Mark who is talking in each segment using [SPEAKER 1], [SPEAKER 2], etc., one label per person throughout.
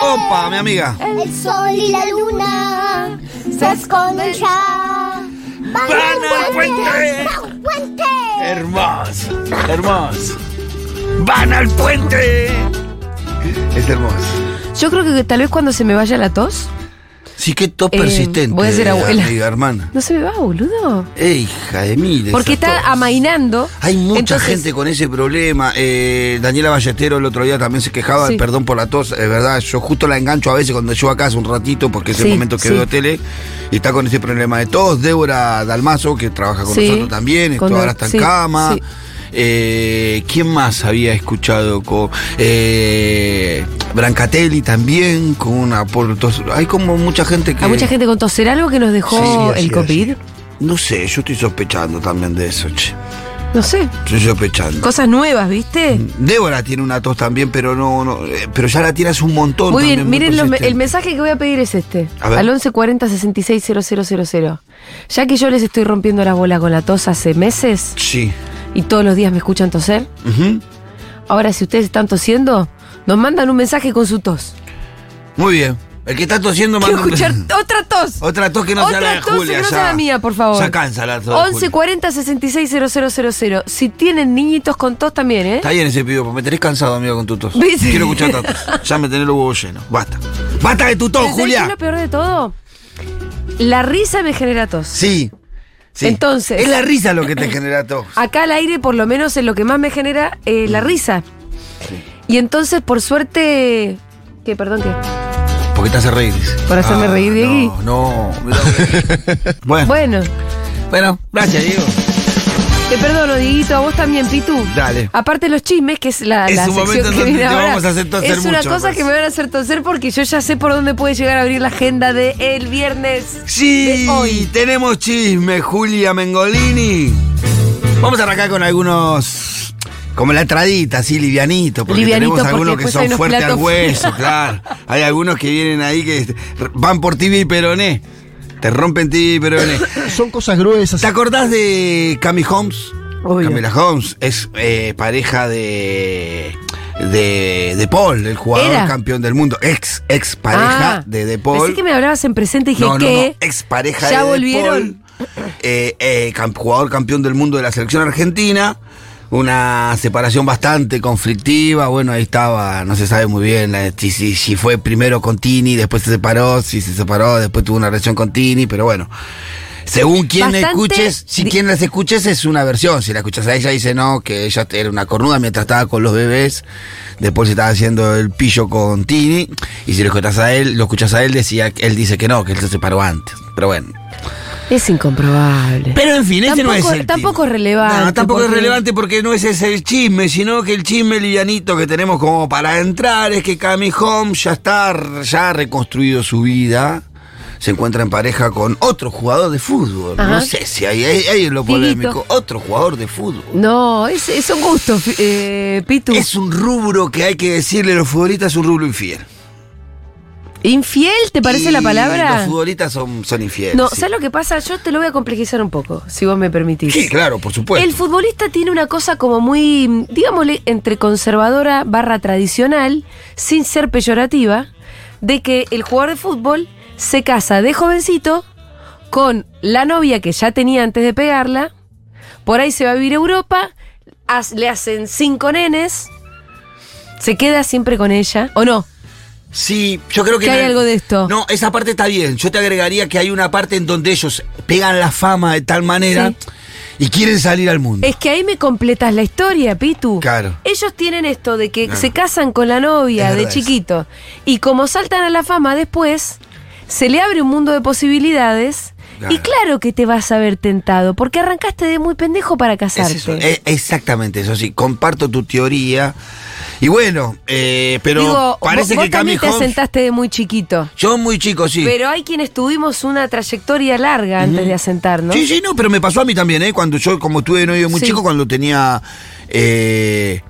[SPEAKER 1] compa, mi amiga.
[SPEAKER 2] El sol y la luna se esconden ya. Van
[SPEAKER 1] al puente.
[SPEAKER 2] ¡Van al puente!
[SPEAKER 1] Hermoso, hermoso. ¡Van al puente! Es hermoso.
[SPEAKER 3] Yo creo que tal vez cuando se me vaya la tos.
[SPEAKER 1] Sí, qué tos
[SPEAKER 3] eh,
[SPEAKER 1] persistente.
[SPEAKER 3] voy a ser abuela.
[SPEAKER 1] Amiga, hermana.
[SPEAKER 3] No se me va, boludo.
[SPEAKER 1] Eh, hija de mil.
[SPEAKER 3] Porque
[SPEAKER 1] esa tos.
[SPEAKER 3] está amainando.
[SPEAKER 1] Hay mucha
[SPEAKER 3] Entonces,
[SPEAKER 1] gente con ese problema. Eh, Daniela Ballestero el otro día también se quejaba,
[SPEAKER 3] Sí.
[SPEAKER 1] perdón por la tos, es verdad, yo justo la engancho a veces cuando llego a casa un ratito porque es el
[SPEAKER 3] Sí,
[SPEAKER 1] momento que
[SPEAKER 3] sí.
[SPEAKER 1] veo tele y está con ese problema de tos. Débora Dalmazo, que trabaja con
[SPEAKER 3] Sí.
[SPEAKER 1] nosotros también,
[SPEAKER 3] Con-
[SPEAKER 1] ahora está en
[SPEAKER 3] sí,
[SPEAKER 1] cama.
[SPEAKER 3] sí.
[SPEAKER 1] Eh, ¿Quién más había escuchado? Con, eh, Brancatelli también, con una por tos. Hay como mucha gente que...
[SPEAKER 3] A mucha gente con tos. ¿Será algo que nos
[SPEAKER 1] Sí,
[SPEAKER 3] dejó
[SPEAKER 1] así
[SPEAKER 3] el
[SPEAKER 1] es.
[SPEAKER 3] COVID?
[SPEAKER 1] No sé, yo estoy sospechando también de eso, che.
[SPEAKER 3] No sé.
[SPEAKER 1] Estoy sospechando.
[SPEAKER 3] Cosas nuevas,
[SPEAKER 1] Mm,
[SPEAKER 3] ¿viste?
[SPEAKER 1] Débora tiene una tos también, pero no, no eh, pero ya la tiras un montón.
[SPEAKER 3] Muy
[SPEAKER 1] también,
[SPEAKER 3] bien, miren, los me- el
[SPEAKER 1] persistente.
[SPEAKER 3] mensaje que voy a pedir es este.
[SPEAKER 1] A ver.
[SPEAKER 3] Al 1140 66 000. Ya que yo les estoy rompiendo la bola con la tos hace meses
[SPEAKER 1] Sí.
[SPEAKER 3] y todos los días me escuchan toser,
[SPEAKER 1] Ujú.
[SPEAKER 3] ahora si ustedes están tosiendo, nos mandan un mensaje con su tos.
[SPEAKER 1] Muy bien. El que está tosiendo
[SPEAKER 3] Quiero
[SPEAKER 1] manda-
[SPEAKER 3] escuchar otra tos.
[SPEAKER 1] Otra tos que no sea la de
[SPEAKER 3] Otra tos
[SPEAKER 1] Julia.
[SPEAKER 3] que no sea
[SPEAKER 1] ya.
[SPEAKER 3] la mía, por favor.
[SPEAKER 1] Ya cansa la tos. de Julia.
[SPEAKER 3] 1140 66 000. Si tienen niñitos con tos también, ¿eh?
[SPEAKER 1] Está bien ese pido, porque me tenés cansado, amigo, con tu tos.
[SPEAKER 3] ¿Viste?
[SPEAKER 1] Quiero escuchar tu tos. Ya me tenés los huevos llenos. Basta. Basta de tu tos,
[SPEAKER 3] Pero ¿sabés qué
[SPEAKER 1] Julia.
[SPEAKER 3] es lo peor de todo? La risa me genera tos.
[SPEAKER 1] Sí. sí.
[SPEAKER 3] Entonces-
[SPEAKER 1] Es la risa lo que te genera tos.
[SPEAKER 3] Acá al aire, por lo menos, es lo que más me genera eh,
[SPEAKER 1] Mm.
[SPEAKER 3] la risa. Y entonces, por suerte. ¿Qué? Perdón, ¿qué?
[SPEAKER 1] Porque te hace reír.
[SPEAKER 3] Por hacerme reír, Diegui.
[SPEAKER 1] No, no. me da vergüenza. bueno,
[SPEAKER 3] Bueno,
[SPEAKER 1] bueno, gracias, Diego.
[SPEAKER 3] te perdono, Dieguito, a vos también, Pitu.
[SPEAKER 1] Dale.
[SPEAKER 3] Aparte, los chismes, que es la,
[SPEAKER 1] Es
[SPEAKER 3] la
[SPEAKER 1] un
[SPEAKER 3] sección
[SPEAKER 1] momento
[SPEAKER 3] que
[SPEAKER 1] donde
[SPEAKER 3] viene
[SPEAKER 1] te
[SPEAKER 3] ahora,
[SPEAKER 1] vamos a hacer toser
[SPEAKER 3] Es una
[SPEAKER 1] mucho,
[SPEAKER 3] cosa
[SPEAKER 1] pues.
[SPEAKER 3] que me van a hacer toser porque yo ya sé por dónde puede llegar a abrir la agenda de el viernes.
[SPEAKER 1] Sí,
[SPEAKER 3] de hoy.
[SPEAKER 1] tenemos chisme, Julia Mengolini. Vamos a arrancar con algunos. Como la tradita, así, livianito, porque
[SPEAKER 3] Livianito,
[SPEAKER 1] tenemos algunos que
[SPEAKER 3] porque después hay
[SPEAKER 1] son
[SPEAKER 3] unos
[SPEAKER 1] fuertes al
[SPEAKER 3] platos
[SPEAKER 1] hueso, claro. Hay algunos que vienen ahí que van por tibia y peroné. Te rompen tibia y peroné.
[SPEAKER 4] Son cosas gruesas.
[SPEAKER 1] ¿Te acordás de Cami Holmes?
[SPEAKER 3] Obvio.
[SPEAKER 1] Camila Holmes es eh, pareja de, de de Paul, el jugador
[SPEAKER 3] Era.
[SPEAKER 1] campeón del mundo. Ex, ex pareja
[SPEAKER 3] Ah,
[SPEAKER 1] de De Paul.
[SPEAKER 3] Pensé que me hablabas en presente y dije
[SPEAKER 1] No, no,
[SPEAKER 3] que.
[SPEAKER 1] no. Ex pareja
[SPEAKER 3] Ya
[SPEAKER 1] de
[SPEAKER 3] volvieron.
[SPEAKER 1] De Paul, eh, eh, cam- jugador campeón del mundo de la selección argentina. Una separación bastante conflictiva. Bueno, ahí estaba, no se sabe muy bien eh, si, si- si fue primero con Tini, después se separó, si se separó, después tuvo una relación con Tini, pero bueno. Según quien
[SPEAKER 3] Bastante
[SPEAKER 1] escuches, si
[SPEAKER 3] di-
[SPEAKER 1] quien las escuches es una versión. Si la escuchas a ella, dice no, que ella era una cornuda mientras estaba con los bebés. Después se estaba haciendo el pillo con Tini. Y si lo escuchas a él, lo escuchas a él, decía, él dice que no, que él se separó antes. Pero bueno.
[SPEAKER 3] Es incomprobable.
[SPEAKER 1] Pero en fin, ese no es
[SPEAKER 3] Tampoco-
[SPEAKER 1] el
[SPEAKER 3] tampoco
[SPEAKER 1] chisme.
[SPEAKER 3] es relevante,
[SPEAKER 1] No, tampoco es
[SPEAKER 3] porque-
[SPEAKER 1] relevante porque no ese es el chisme, sino que el chisme livianito que tenemos como para entrar es que Cami Holmes ya está, ya ha reconstruido su vida. Se encuentra en pareja con otro jugador de fútbol. No
[SPEAKER 3] Ajá.
[SPEAKER 1] sé si ahí, ahí- ahí es lo
[SPEAKER 3] Dieguito.
[SPEAKER 1] polémico. Otro jugador de fútbol.
[SPEAKER 3] No, es, es un gusto, fi- eh, Pitu.
[SPEAKER 1] Es un rubro que hay que decirle a los futbolistas, es un rubro infiel.
[SPEAKER 3] ¿Infiel te parece la
[SPEAKER 1] Y Los
[SPEAKER 3] palabra?
[SPEAKER 1] futbolistas son, son infieles.
[SPEAKER 3] No,
[SPEAKER 1] sí.
[SPEAKER 3] ¿sabes lo que pasa? Yo te lo voy a complejizar un poco, si vos me permitís.
[SPEAKER 1] Sí, claro, por supuesto.
[SPEAKER 3] El futbolista tiene una cosa como muy, digámosle, entre conservadora barra tradicional, sin ser peyorativa, de que el jugador de fútbol se casa de jovencito con la novia que ya tenía antes de pegarla, por ahí se va a vivir a Europa, haz- le hacen cinco nenes, se queda siempre con ella, ¿o no?
[SPEAKER 1] Sí, yo creo que...
[SPEAKER 3] Que hay algo de esto.
[SPEAKER 1] No, esa parte está bien. Yo te agregaría que hay una parte en donde ellos pegan la fama de tal manera
[SPEAKER 3] Sí.
[SPEAKER 1] y quieren salir al mundo.
[SPEAKER 3] Es que ahí me completas la historia, Pitu.
[SPEAKER 1] Claro.
[SPEAKER 3] Ellos tienen esto de que
[SPEAKER 1] Claro.
[SPEAKER 3] se casan con la novia
[SPEAKER 1] Es
[SPEAKER 3] de
[SPEAKER 1] verdad eso.
[SPEAKER 3] chiquito. Y como saltan a la fama después, se le abre un mundo de posibilidades.
[SPEAKER 1] Claro.
[SPEAKER 3] Y claro que te vas a ver tentado, porque arrancaste de muy pendejo para
[SPEAKER 1] Es
[SPEAKER 3] casarte.
[SPEAKER 1] eso, Eh, es exactamente eso, sí. Comparto tu teoría. Y bueno, eh, pero
[SPEAKER 3] Digo,
[SPEAKER 1] parece
[SPEAKER 3] vos, vos
[SPEAKER 1] que Cami
[SPEAKER 3] también te
[SPEAKER 1] Holmes-
[SPEAKER 3] asentaste de muy chiquito.
[SPEAKER 1] Yo muy chico, sí.
[SPEAKER 3] Pero hay quienes tuvimos una trayectoria larga antes de asentarnos.
[SPEAKER 1] Sí, sí, no, pero me pasó a mí también, ¿eh? Cuando yo, como estuve de novio muy
[SPEAKER 3] Sí.
[SPEAKER 1] chico, cuando tenía eh,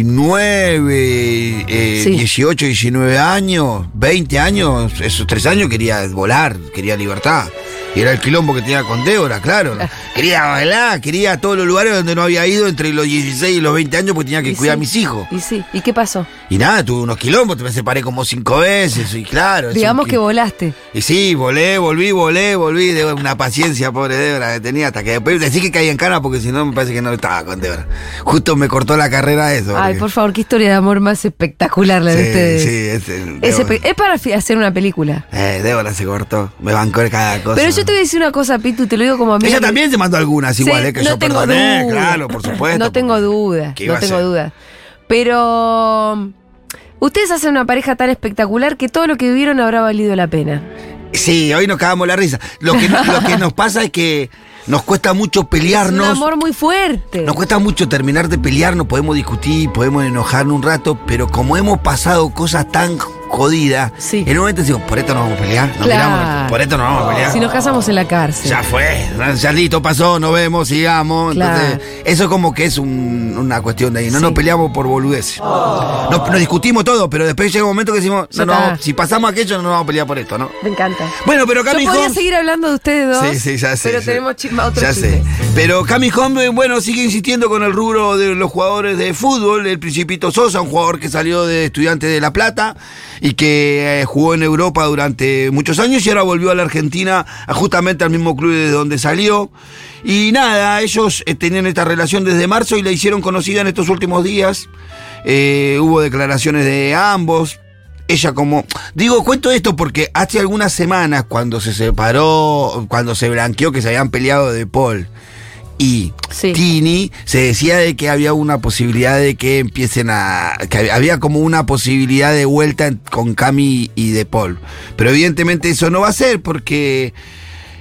[SPEAKER 1] 19, eh,
[SPEAKER 3] Sí.
[SPEAKER 1] 18, 19 años, 20 años, esos tres años quería volar, quería libertad. Y era el quilombo que tenía con Débora, claro. ¿no? Quería bailar, quería a todos los lugares donde no había ido entre los 16 y los 20 años porque tenía que
[SPEAKER 3] Y
[SPEAKER 1] cuidar
[SPEAKER 3] sí.
[SPEAKER 1] a mis hijos.
[SPEAKER 3] Y sí, ¿y qué pasó?
[SPEAKER 1] Y nada, tuve unos quilombos, me separé como cinco veces, y claro. es
[SPEAKER 3] Digamos
[SPEAKER 1] un
[SPEAKER 3] que volaste.
[SPEAKER 1] y sí, volé, volví, volé, volví. De una paciencia, pobre Débora, que tenía hasta que después decí que caí en cana porque si no me parece que no estaba con Débora. Justo me cortó la carrera eso.
[SPEAKER 3] Ay, por
[SPEAKER 1] porque-
[SPEAKER 3] favor, qué historia de amor más espectacular la de
[SPEAKER 1] Sí,
[SPEAKER 3] ustedes.
[SPEAKER 1] sí, es, el-
[SPEAKER 3] Es, eh.
[SPEAKER 1] Débora.
[SPEAKER 3] espe- es para fi- hacer una película.
[SPEAKER 1] Eh, Débora se cortó. Me bancó de cada cosa.
[SPEAKER 3] Pero yo te voy a decir una cosa, Pitu, te lo digo como amiga.
[SPEAKER 1] Ella también se mandó algunas
[SPEAKER 3] Sí,
[SPEAKER 1] igual, eh, que
[SPEAKER 3] no
[SPEAKER 1] yo
[SPEAKER 3] tengo
[SPEAKER 1] perdoné,
[SPEAKER 3] duda.
[SPEAKER 1] claro, por supuesto.
[SPEAKER 3] No tengo duda,
[SPEAKER 1] ¿Qué iba
[SPEAKER 3] no
[SPEAKER 1] a
[SPEAKER 3] tengo
[SPEAKER 1] ser?
[SPEAKER 3] duda. Pero um, ustedes hacen una pareja tan espectacular que todo lo que vivieron habrá valido la pena.
[SPEAKER 1] Sí, hoy nos cagamos la risa. Lo que, lo que nos pasa es que nos cuesta mucho
[SPEAKER 3] Es un
[SPEAKER 1] pelearnos.
[SPEAKER 3] amor muy fuerte.
[SPEAKER 1] Nos cuesta mucho terminar de pelear, nos podemos discutir, podemos enojarnos un rato, pero como hemos pasado cosas tan jodidas,
[SPEAKER 3] Sí.
[SPEAKER 1] en un momento decimos, por esto nos vamos a pelear, nos
[SPEAKER 3] Claro.
[SPEAKER 1] miramos, por esto nos vamos a pelear.
[SPEAKER 3] Si nos casamos en la cárcel.
[SPEAKER 1] Ya fue, ya listo, pasó, nos vemos, sigamos. Entonces, eso como que es un- una cuestión de ahí. No
[SPEAKER 3] Sí.
[SPEAKER 1] nos peleamos por boludeces. Nos, nos discutimos todo, pero después llega un momento que decimos,
[SPEAKER 3] Ya
[SPEAKER 1] no, nos
[SPEAKER 3] está.
[SPEAKER 1] vamos- si pasamos aquello, no nos vamos a pelear por esto, ¿no?
[SPEAKER 3] Me encanta.
[SPEAKER 1] Bueno, pero Cami
[SPEAKER 3] Yo podría
[SPEAKER 1] Homes-
[SPEAKER 3] seguir hablando de ustedes dos.
[SPEAKER 1] Sí, sí, ya sé.
[SPEAKER 3] Pero
[SPEAKER 1] ya-
[SPEAKER 3] tenemos chisma, otro
[SPEAKER 1] Ya
[SPEAKER 3] chisme.
[SPEAKER 1] sé. Pero Cami Home, bueno, sigue insistiendo con el rubro de los jugadores de fútbol. El Principito Sosa, un jugador que salió de Estudiante de La Plata y que eh, jugó en Europa durante muchos años y ahora volvió a la Argentina, a justamente al mismo club de donde salió. Y nada, ellos eh, tenían esta relación desde marzo y la hicieron conocida en estos últimos días. Eh, hubo declaraciones de ambos. Ella como... Digo, cuento esto porque hace algunas semanas cuando se separó, cuando se blanqueó que se habían peleado de Paul y
[SPEAKER 3] Sí.
[SPEAKER 1] Tini, se decía de que había una posibilidad de que empiecen a... que había como una posibilidad de vuelta en- con Cami y de Paul. Pero evidentemente eso no va a ser porque...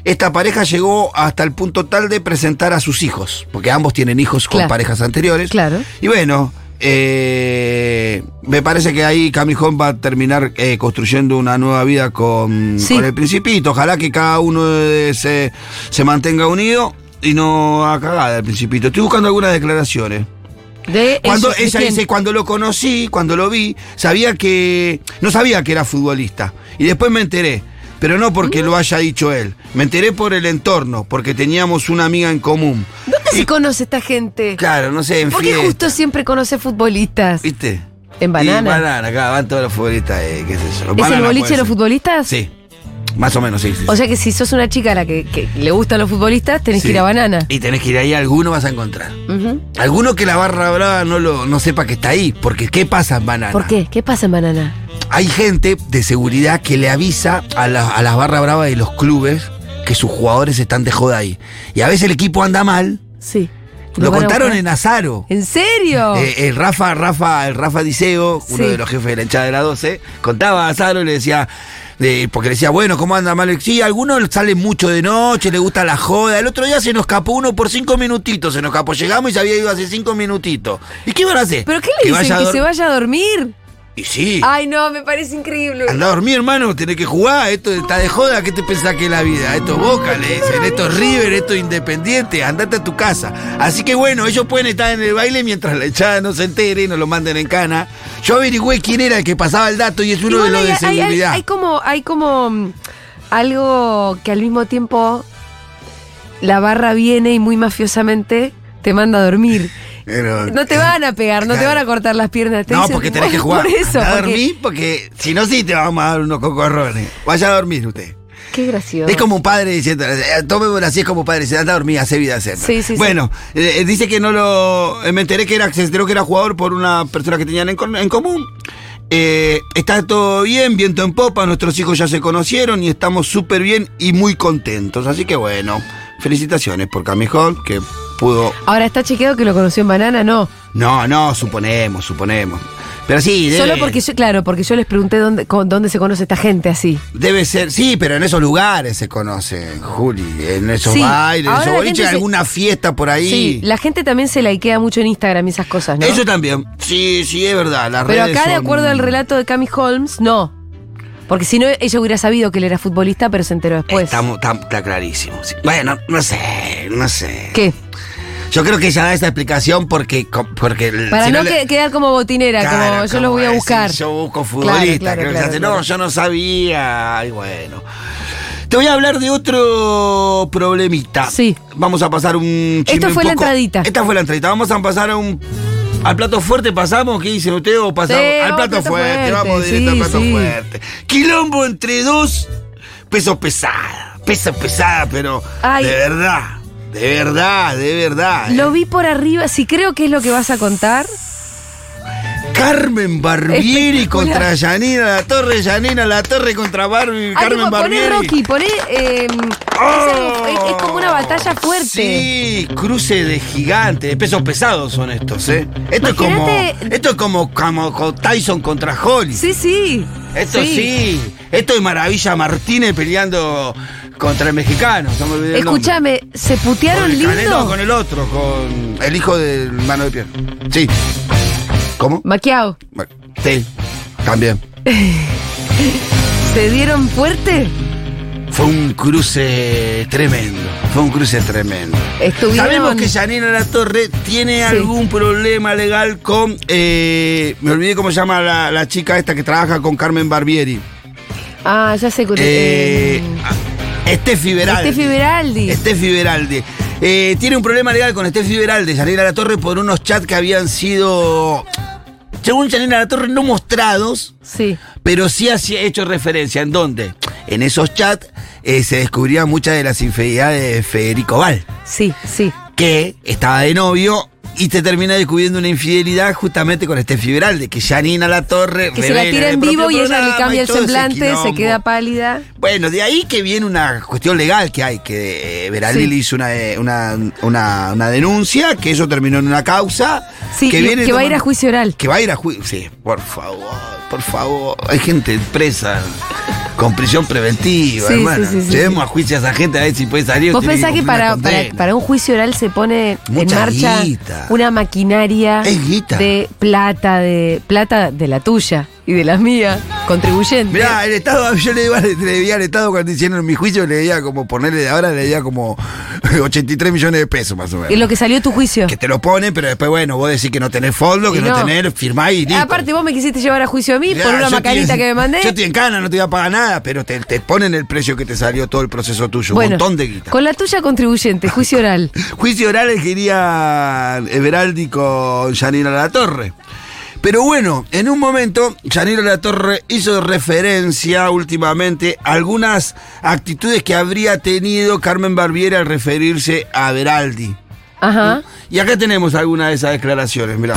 [SPEAKER 1] Esta pareja llegó hasta el punto tal de presentar a sus hijos, porque ambos tienen hijos con
[SPEAKER 3] Claro.
[SPEAKER 1] parejas anteriores.
[SPEAKER 3] Claro.
[SPEAKER 1] Y bueno, eh, me parece que ahí Cami Home va a terminar eh, construyendo una nueva vida con,
[SPEAKER 3] Sí.
[SPEAKER 1] con el Principito. Ojalá que cada uno de- se, se mantenga unido y no a cagada el Principito. Estoy buscando algunas declaraciones.
[SPEAKER 3] De
[SPEAKER 1] Cuando
[SPEAKER 3] ellos, ¿de
[SPEAKER 1] ella
[SPEAKER 3] quién?
[SPEAKER 1] dice, cuando lo conocí, cuando lo vi, sabía que. No sabía que era futbolista. Y después me enteré. Pero no
[SPEAKER 3] Mm.
[SPEAKER 1] porque lo haya dicho él. Me enteré por el entorno, porque teníamos una amiga en común.
[SPEAKER 3] ¿Dónde se conoce esta gente?
[SPEAKER 1] Claro, no sé, en
[SPEAKER 3] ¿Por qué
[SPEAKER 1] fiesta,
[SPEAKER 3] justo siempre conoce futbolistas?
[SPEAKER 1] ¿Viste?
[SPEAKER 3] En banana.
[SPEAKER 1] Y banana, acá van todos los futbolistas, eh, qué sé yo.
[SPEAKER 3] ¿Es el
[SPEAKER 1] Banana
[SPEAKER 3] boliche de
[SPEAKER 1] puede
[SPEAKER 3] los
[SPEAKER 1] ser.
[SPEAKER 3] futbolistas?
[SPEAKER 1] Sí, más o menos, sí. sí,
[SPEAKER 3] O
[SPEAKER 1] sí.
[SPEAKER 3] sea que si sos una chica a la que, que le gustan los futbolistas, tenés
[SPEAKER 1] Sí.
[SPEAKER 3] que ir a banana.
[SPEAKER 1] Y tenés que ir ahí, alguno vas a encontrar.
[SPEAKER 3] Ujú.
[SPEAKER 1] Alguno que la barra brava no, lo, no sepa que está ahí, porque ¿qué pasa en banana?
[SPEAKER 3] ¿Por qué? ¿Qué pasa en banana?
[SPEAKER 1] Hay gente de seguridad que le avisa a, la- a las barra bravas de los clubes que sus jugadores están de joda ahí. Y a veces el equipo anda mal.
[SPEAKER 3] Sí.
[SPEAKER 1] Lo
[SPEAKER 3] van a
[SPEAKER 1] contaron
[SPEAKER 3] buscar.
[SPEAKER 1] en Azaro.
[SPEAKER 3] ¿En serio?
[SPEAKER 1] Eh, el Rafa, Rafa, el Rafa Diceo, uno
[SPEAKER 3] Oh. Sí.
[SPEAKER 1] de los jefes de la hinchada de la 12, contaba a Saro y le decía, de- porque le decía, bueno, ¿cómo anda mal? Sí, algunos salen mucho de noche, le gusta la joda. El otro día se nos escapó uno por cinco minutitos, se nos escapó. Llegamos y se había ido hace cinco minutitos. ¿Y qué van a hacer?
[SPEAKER 3] ¿Pero qué le dicen?
[SPEAKER 1] vaya a
[SPEAKER 3] ¿Que
[SPEAKER 1] dor-
[SPEAKER 3] se vaya a dormir?
[SPEAKER 1] Y sí.
[SPEAKER 3] Ay, no, me parece increíble.
[SPEAKER 1] Anda a dormir, hermano, tenés que jugar, esto está de joda, ¿qué te pensás que es la vida? Esto es Boca, le dicen, esto es River, esto es Independiente, andate a tu casa. Así que bueno, ellos pueden estar en el baile mientras la echada no se entere y nos lo manden en cana. Yo averigüé quién era el que pasaba el dato y es uno
[SPEAKER 3] Igual
[SPEAKER 1] de los de
[SPEAKER 3] hay, hay-
[SPEAKER 1] seguridad.
[SPEAKER 3] hay como, hay como mm, algo que al mismo tiempo la barra viene y muy mafiosamente te manda a dormir.
[SPEAKER 1] Pero-
[SPEAKER 3] No te van a pegar, no te
[SPEAKER 1] Claro.
[SPEAKER 3] van a cortar las piernas. te
[SPEAKER 1] No,
[SPEAKER 3] dicen,
[SPEAKER 1] porque tenés que jugar.
[SPEAKER 3] Por eso.
[SPEAKER 1] Andá a
[SPEAKER 3] porque-
[SPEAKER 1] dormir porque si no, sí te vamos a dar unos cocorrones. Vaya a dormir usted.
[SPEAKER 3] Qué gracioso.
[SPEAKER 1] Es como un padre diciendo, eh, tomémoslo así, es como padre, se anda a dormir, hace vida hacer.
[SPEAKER 3] Sí, sí, sí.
[SPEAKER 1] Bueno, eh, dice que no lo. eh, me enteré que era, se enteró que era jugador por una persona que tenían en, con- en común. Eh, está todo bien, viento en popa, nuestros hijos ya se conocieron y estamos súper bien y muy contentos. Así que bueno, felicitaciones por Cami Hall, que pudo.
[SPEAKER 3] Ahora está chequeado que lo conoció en banana, no.
[SPEAKER 1] No, no, suponemos, suponemos. Pero sí, debe,
[SPEAKER 3] Solo porque yo, claro, porque yo les pregunté dónde, con- dónde se conoce esta gente así.
[SPEAKER 1] debe ser, sí, pero en esos lugares se conocen, Juli, en esos
[SPEAKER 3] Sí,
[SPEAKER 1] bailes, en
[SPEAKER 3] ahora
[SPEAKER 1] esos
[SPEAKER 3] la
[SPEAKER 1] boliches,
[SPEAKER 3] gente se-
[SPEAKER 1] alguna fiesta por ahí.
[SPEAKER 3] Sí, la gente también se laikea mucho en Instagram y esas cosas, ¿no?
[SPEAKER 1] Eso también. Sí, sí, es verdad. Las
[SPEAKER 3] Pero
[SPEAKER 1] redes
[SPEAKER 3] acá, de
[SPEAKER 1] son-
[SPEAKER 3] acuerdo al relato de Cami Holmes, no. Porque si no, ella hubiera sabido que él era futbolista, pero se enteró después.
[SPEAKER 1] Está, mu- está- está clarísimo. sí. Bueno, no sé, no sé.
[SPEAKER 3] ¿Qué?
[SPEAKER 1] Yo creo que ella da esta explicación porque. co- porque el-
[SPEAKER 3] Para
[SPEAKER 1] si
[SPEAKER 3] no,
[SPEAKER 1] le-
[SPEAKER 3] que- quedar como botinera,
[SPEAKER 1] Claro,
[SPEAKER 3] como yo los voy a
[SPEAKER 1] decir,
[SPEAKER 3] buscar.
[SPEAKER 1] Yo busco futbolista.
[SPEAKER 3] claro,
[SPEAKER 1] creo que
[SPEAKER 3] claro,
[SPEAKER 1] hace,
[SPEAKER 3] claro.
[SPEAKER 1] No, yo no sabía. Y bueno. Te voy a hablar de otro problemita.
[SPEAKER 3] Sí.
[SPEAKER 1] Vamos a pasar un chisme
[SPEAKER 3] Esto
[SPEAKER 1] un
[SPEAKER 3] fue la
[SPEAKER 1] poco-
[SPEAKER 3] entradita.
[SPEAKER 1] Esta fue la entradita. Vamos a pasar a un. Al plato fuerte pasamos, ¿qué dicen ustedes? O pasamos.
[SPEAKER 3] Sí,
[SPEAKER 1] al
[SPEAKER 3] vamos
[SPEAKER 1] plato,
[SPEAKER 3] al plato
[SPEAKER 1] fuerte,
[SPEAKER 3] fuerte,
[SPEAKER 1] vamos directo al
[SPEAKER 3] sí,
[SPEAKER 1] plato
[SPEAKER 3] sí.
[SPEAKER 1] fuerte. Quilombo entre dos, peso pesada. Peso pesada, pero.
[SPEAKER 3] Ay.
[SPEAKER 1] De verdad. De verdad, de verdad. eh.
[SPEAKER 3] Lo vi por arriba, si creo que es lo que vas a contar.
[SPEAKER 1] Carmen Barbieri
[SPEAKER 3] Espectacular.
[SPEAKER 1] contra Yanina La Torre, Yanina La Torre contra Barbie,
[SPEAKER 3] Ay,
[SPEAKER 1] Carmen
[SPEAKER 3] tipo, Ah, poné
[SPEAKER 1] Barbieri. ¡Oh!
[SPEAKER 3] Rocky, poné. eh, es, algo- es- es como una batalla fuerte.
[SPEAKER 1] Sí, cruce de gigantes, de pesos pesados son estos, ¿eh? Esto es como.
[SPEAKER 3] Imagínate-
[SPEAKER 1] Esto es como, como con Tyson contra Holly.
[SPEAKER 3] Sí, sí.
[SPEAKER 1] Esto sí. Esto es Maravilla Martínez peleando contra el mexicano. se me olvidó el nombre.
[SPEAKER 3] Escúchame, ¿se putearon
[SPEAKER 1] Con el
[SPEAKER 3] lindo?
[SPEAKER 1] Canelo, con el otro, con el hijo del mano de piedra. Sí. ¿Cómo?
[SPEAKER 3] Maquiao,
[SPEAKER 1] Bueno, Sí, también.
[SPEAKER 3] ¿se dieron fuerte?
[SPEAKER 1] Fue un cruce tremendo. Fue un cruce tremendo.
[SPEAKER 3] Estuvieron.
[SPEAKER 1] Sabemos que Janina La Torre tiene
[SPEAKER 3] Sí.
[SPEAKER 1] algún problema legal con. eh, me olvidé cómo se llama la, la chica esta que trabaja con Carmen Barbieri.
[SPEAKER 3] Ah, ya sé.
[SPEAKER 1] Eh, Este-
[SPEAKER 3] Eh, este
[SPEAKER 1] Steffi Beraldi.
[SPEAKER 3] Steffi Beraldi.
[SPEAKER 1] Steffi Beraldi. Eh, tiene un problema legal con Steffi Beraldi, Janina La Torre, por unos chats que habían sido. Según Janina La Torre, no mostrados
[SPEAKER 3] Sí.
[SPEAKER 1] pero sí hacía hecho referencia en dónde. En esos chats eh, se descubrían muchas de las infidelidades de Federico Val,
[SPEAKER 3] Sí, sí.
[SPEAKER 1] que estaba de novio y te termina descubriendo una infidelidad justamente con este Beraldi, que Janina La Torre
[SPEAKER 3] Que se la
[SPEAKER 1] revela
[SPEAKER 3] tira
[SPEAKER 1] en
[SPEAKER 3] en
[SPEAKER 1] el
[SPEAKER 3] vivo y
[SPEAKER 1] propio
[SPEAKER 3] ella le
[SPEAKER 1] programa
[SPEAKER 3] cambia
[SPEAKER 1] y
[SPEAKER 3] el
[SPEAKER 1] todo ese
[SPEAKER 3] semblante, se
[SPEAKER 1] quilombo.
[SPEAKER 3] queda pálida.
[SPEAKER 1] Bueno, de ahí que viene una cuestión legal que hay, que eh, Beraldi
[SPEAKER 3] Sí.
[SPEAKER 1] le hizo una, eh, una, una- una denuncia, que eso terminó en una causa.
[SPEAKER 3] Sí, y- que,
[SPEAKER 1] viene
[SPEAKER 3] va a ir a
[SPEAKER 1] tomando-
[SPEAKER 3] juicio oral.
[SPEAKER 1] que va a ir a juicio. Sí, por favor, por favor. Hay gente presa con prisión preventiva,
[SPEAKER 3] Sí,
[SPEAKER 1] hermano.
[SPEAKER 3] sí, sí, sí.
[SPEAKER 1] Llevemos a juicio a esa gente a ver si puede salir. o
[SPEAKER 3] ¿Vos
[SPEAKER 1] tiene
[SPEAKER 3] pensás que
[SPEAKER 1] cumplir una
[SPEAKER 3] para,
[SPEAKER 1] condena.
[SPEAKER 3] para, para un juicio oral se pone
[SPEAKER 1] Mucha
[SPEAKER 3] en marcha
[SPEAKER 1] guita.
[SPEAKER 3] una maquinaria
[SPEAKER 1] Es guita.
[SPEAKER 3] de plata, de plata de la tuya y de la mía, contribuyente?
[SPEAKER 1] Mirá, el Estado, yo le, iba- le debía al Estado cuando hicieron mi juicio, le debía como ponerle de ahora, le debía como 83 millones de pesos más o menos.
[SPEAKER 3] es lo que salió tu juicio.
[SPEAKER 1] Que te lo ponen, pero después, bueno, vos decís que no tenés fondo, que
[SPEAKER 3] Y
[SPEAKER 1] no,
[SPEAKER 3] no. Eh,
[SPEAKER 1] tenés, firmá y listo.
[SPEAKER 3] Aparte, vos me quisiste llevar a juicio a mí
[SPEAKER 1] Mirá,
[SPEAKER 3] por una
[SPEAKER 1] yo
[SPEAKER 3] macarita
[SPEAKER 1] te-
[SPEAKER 3] que me mandé.
[SPEAKER 1] Yo estoy en cana, no te voy a pagar nada, pero te, te ponen el precio que te salió todo el proceso tuyo, un montón de guita.
[SPEAKER 3] Con la tuya contribuyente, juicio oral.
[SPEAKER 1] Juicio oral que iría Everaldi con Yanira La Torre. Pero bueno, en un momento, Yanira La Torre hizo referencia últimamente a algunas actitudes que habría tenido Carmen Barbieri al referirse a Veraldi.
[SPEAKER 3] Ajá.
[SPEAKER 1] Y acá tenemos alguna de esas declaraciones, mirá.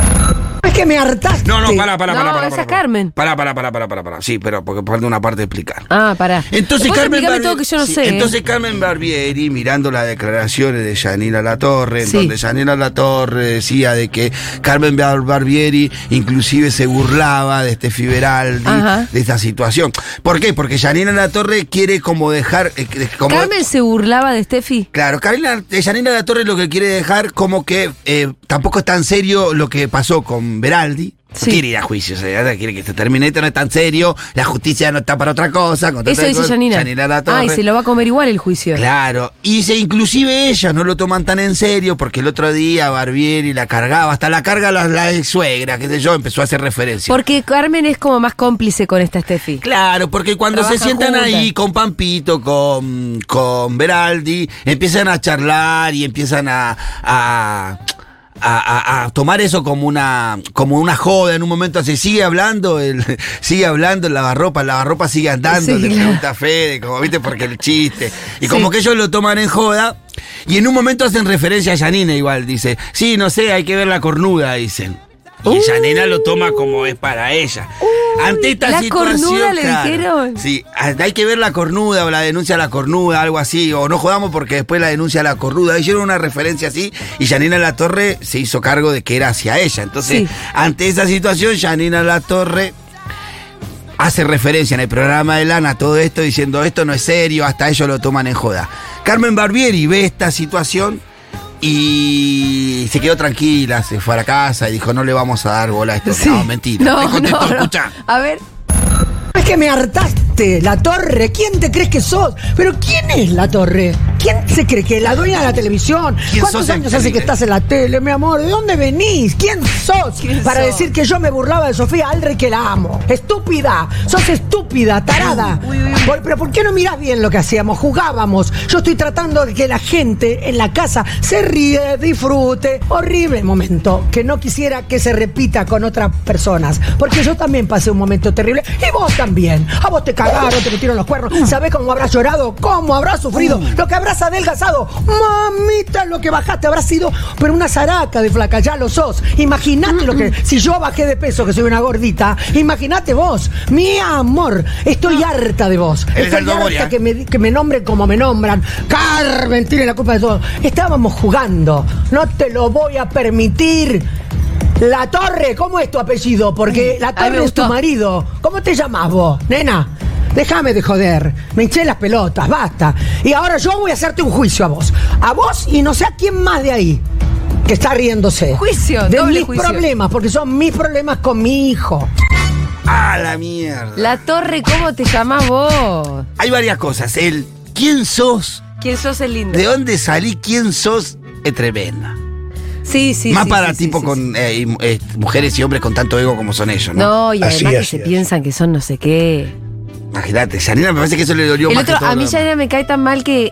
[SPEAKER 4] Es que me hartaste.
[SPEAKER 1] No, no, pará, pará,
[SPEAKER 3] No,
[SPEAKER 1] pará. pará,
[SPEAKER 3] esa
[SPEAKER 1] pará,
[SPEAKER 3] es Carmen.
[SPEAKER 1] Pará, pará, pará, pará, pará, pará. Sí, pero porque falta una parte de explicar.
[SPEAKER 3] Ah, pará.
[SPEAKER 1] Entonces
[SPEAKER 3] Vos
[SPEAKER 1] Carmen,
[SPEAKER 3] explicame
[SPEAKER 1] Barbieri-
[SPEAKER 3] todo que yo no
[SPEAKER 1] sí,
[SPEAKER 3] sé. ¿eh?
[SPEAKER 1] entonces Carmen Barbieri, mirando las declaraciones de Yanira Latorre, en
[SPEAKER 3] Sí.
[SPEAKER 1] donde Yanira Latorre decía de que Carmen Bar- Barbieri inclusive se burlaba de este Fiberaldi,
[SPEAKER 3] Ajá.
[SPEAKER 1] de esta situación. ¿Por qué? Porque Yanira Latorre quiere como dejar... eh, que- como-
[SPEAKER 3] Carmen se burlaba de Steffi.
[SPEAKER 1] Claro, Karina, eh, Yanina La Torre lo que quiere dejar como que eh, tampoco es tan serio lo que pasó con Veraldi. No
[SPEAKER 3] Sí.
[SPEAKER 1] Quiere ir a juicio, o sea, ahora quiere que se termine esto, no es tan serio, la justicia no está para otra cosa. con
[SPEAKER 3] Eso
[SPEAKER 1] tantas
[SPEAKER 3] dice
[SPEAKER 1] cosas.
[SPEAKER 3] Janina.
[SPEAKER 1] Yanina La Torre.
[SPEAKER 3] Ah, y se lo va a comer igual el juicio.
[SPEAKER 1] Claro, y se, inclusive ellas no lo toman tan en serio porque el otro día Barbieri la cargaba, hasta la carga la, la ex suegra, qué sé yo, empezó a hacer referencia.
[SPEAKER 3] Porque Carmen es como más cómplice con esta Steffi.
[SPEAKER 1] Claro, porque cuando se
[SPEAKER 3] Trabajan
[SPEAKER 1] sientan
[SPEAKER 3] juntas.
[SPEAKER 1] ahí con Pampito, con, con Beraldi, empiezan a charlar y empiezan a, a, a- a- a tomar eso como una, como una joda en un momento así. Sigue hablando, el, sigue hablando el lavarropa, el lavarropa sigue andando,
[SPEAKER 3] Sí,
[SPEAKER 1] le
[SPEAKER 3] claro.
[SPEAKER 1] pregunta a Fede, como viste, porque el chiste. Y
[SPEAKER 3] Sí.
[SPEAKER 1] como que ellos lo toman en joda. Y en un momento hacen referencia a Janina igual, dice, sí, no sé, hay que ver la cornuda, dicen.
[SPEAKER 3] Uh.
[SPEAKER 1] Y Yanina lo toma como es para ella. Ante esta
[SPEAKER 3] la
[SPEAKER 1] situación.
[SPEAKER 3] cornuda le
[SPEAKER 1] claro,
[SPEAKER 3] dijeron.
[SPEAKER 1] Sí, ah, hay que ver la cornuda o la denuncia a la cornuda, algo así. O no jodamos porque después la denuncia a la cornuda. Hicieron una referencia así y Yanina La Torre se hizo cargo de que era hacia ella. Entonces,
[SPEAKER 3] Sí.
[SPEAKER 1] ante esa situación, Yanina La Torre hace referencia en el programa de Lana a todo esto diciendo esto no es serio, hasta ellos lo toman en joda. Carmen Barbieri ve esta situación y se quedó tranquila, se fue a la casa y dijo no le vamos a dar bola a esto.
[SPEAKER 3] Sí.
[SPEAKER 1] No, mentira.
[SPEAKER 3] No,
[SPEAKER 1] Le contestó,
[SPEAKER 3] no, no.
[SPEAKER 1] escuchá.
[SPEAKER 3] A ver,
[SPEAKER 4] Es que me hartaste. La torre. ¿Quién te crees que sos? Pero ¿quién es la torre? ¿Quién se cree que es la dueña de la televisión?
[SPEAKER 1] ¿Quién
[SPEAKER 4] ¿Cuántos
[SPEAKER 1] sos en
[SPEAKER 4] años hace
[SPEAKER 1] Caribe?
[SPEAKER 4] que estás en la tele, mi amor? ¿De dónde venís? ¿Quién sos? Para
[SPEAKER 3] sos?
[SPEAKER 4] decir que yo me burlaba de Sofía Aldrich que la amo. Estúpida. Sos estúpida, tarada. Por- Pero ¿por qué no mirás bien lo que hacíamos? Jugábamos. Yo estoy tratando de que la gente en la casa se ríe, disfrute. Horrible momento. Que no quisiera que se repita con otras personas. Porque yo también pasé un momento terrible. Y vos también. A vos te cagaron, te metieron los cuernos. ¿Sabés cómo habrás llorado? ¿Cómo habrás sufrido? Lo que habrás adelgazado. Mamita, lo que bajaste habrá sido, pero una zaraca de flaca, ya lo sos. Imaginate lo que. Si yo bajé de peso, que soy una gordita, imaginate vos. Mi amor, estoy harta de vos.
[SPEAKER 1] Eres
[SPEAKER 4] Estoy
[SPEAKER 1] Aldo ¿eh? Moria.
[SPEAKER 4] harta que me, que me nombren como me nombran. Carmen, tiene la culpa de todo. Estábamos jugando. No te lo voy a permitir. La Torre, ¿cómo es tu apellido? Porque la
[SPEAKER 3] a mí me
[SPEAKER 4] Torre es tu
[SPEAKER 3] gustó.
[SPEAKER 4] marido. ¿Cómo te llamas vos, nena? Déjame de joder. Me hinché las pelotas, basta. Y ahora yo voy a hacerte un juicio a vos. A vos y no sé a quién más de ahí que está riéndose.
[SPEAKER 3] Juicio,
[SPEAKER 4] De
[SPEAKER 3] doble
[SPEAKER 4] mis
[SPEAKER 3] juicio.
[SPEAKER 4] problemas, porque son mis problemas con mi hijo.
[SPEAKER 1] ¡Ah, la mierda!
[SPEAKER 3] La torre, ¿cómo te llamás vos?
[SPEAKER 1] Hay varias cosas. El quién sos,
[SPEAKER 3] ¿Quién sos el lindo?
[SPEAKER 1] de dónde salí, quién sos, es tremenda.
[SPEAKER 3] Sí, sí.
[SPEAKER 1] Más
[SPEAKER 3] sí,
[SPEAKER 1] para
[SPEAKER 3] sí, sí,
[SPEAKER 1] tipo
[SPEAKER 3] sí, sí.
[SPEAKER 1] con eh, y, eh, mujeres y hombres con tanto ego como son ellos, ¿no?
[SPEAKER 3] No, y además
[SPEAKER 5] Así,
[SPEAKER 3] que
[SPEAKER 5] así,
[SPEAKER 3] se
[SPEAKER 5] así.
[SPEAKER 3] piensan que son no sé qué.
[SPEAKER 1] Imagínate, Yanina me parece que eso le dolió
[SPEAKER 3] El
[SPEAKER 1] más
[SPEAKER 3] otro,
[SPEAKER 1] que todo
[SPEAKER 3] a
[SPEAKER 1] lo
[SPEAKER 3] mí
[SPEAKER 1] demás.
[SPEAKER 3] ya me cae tan mal que.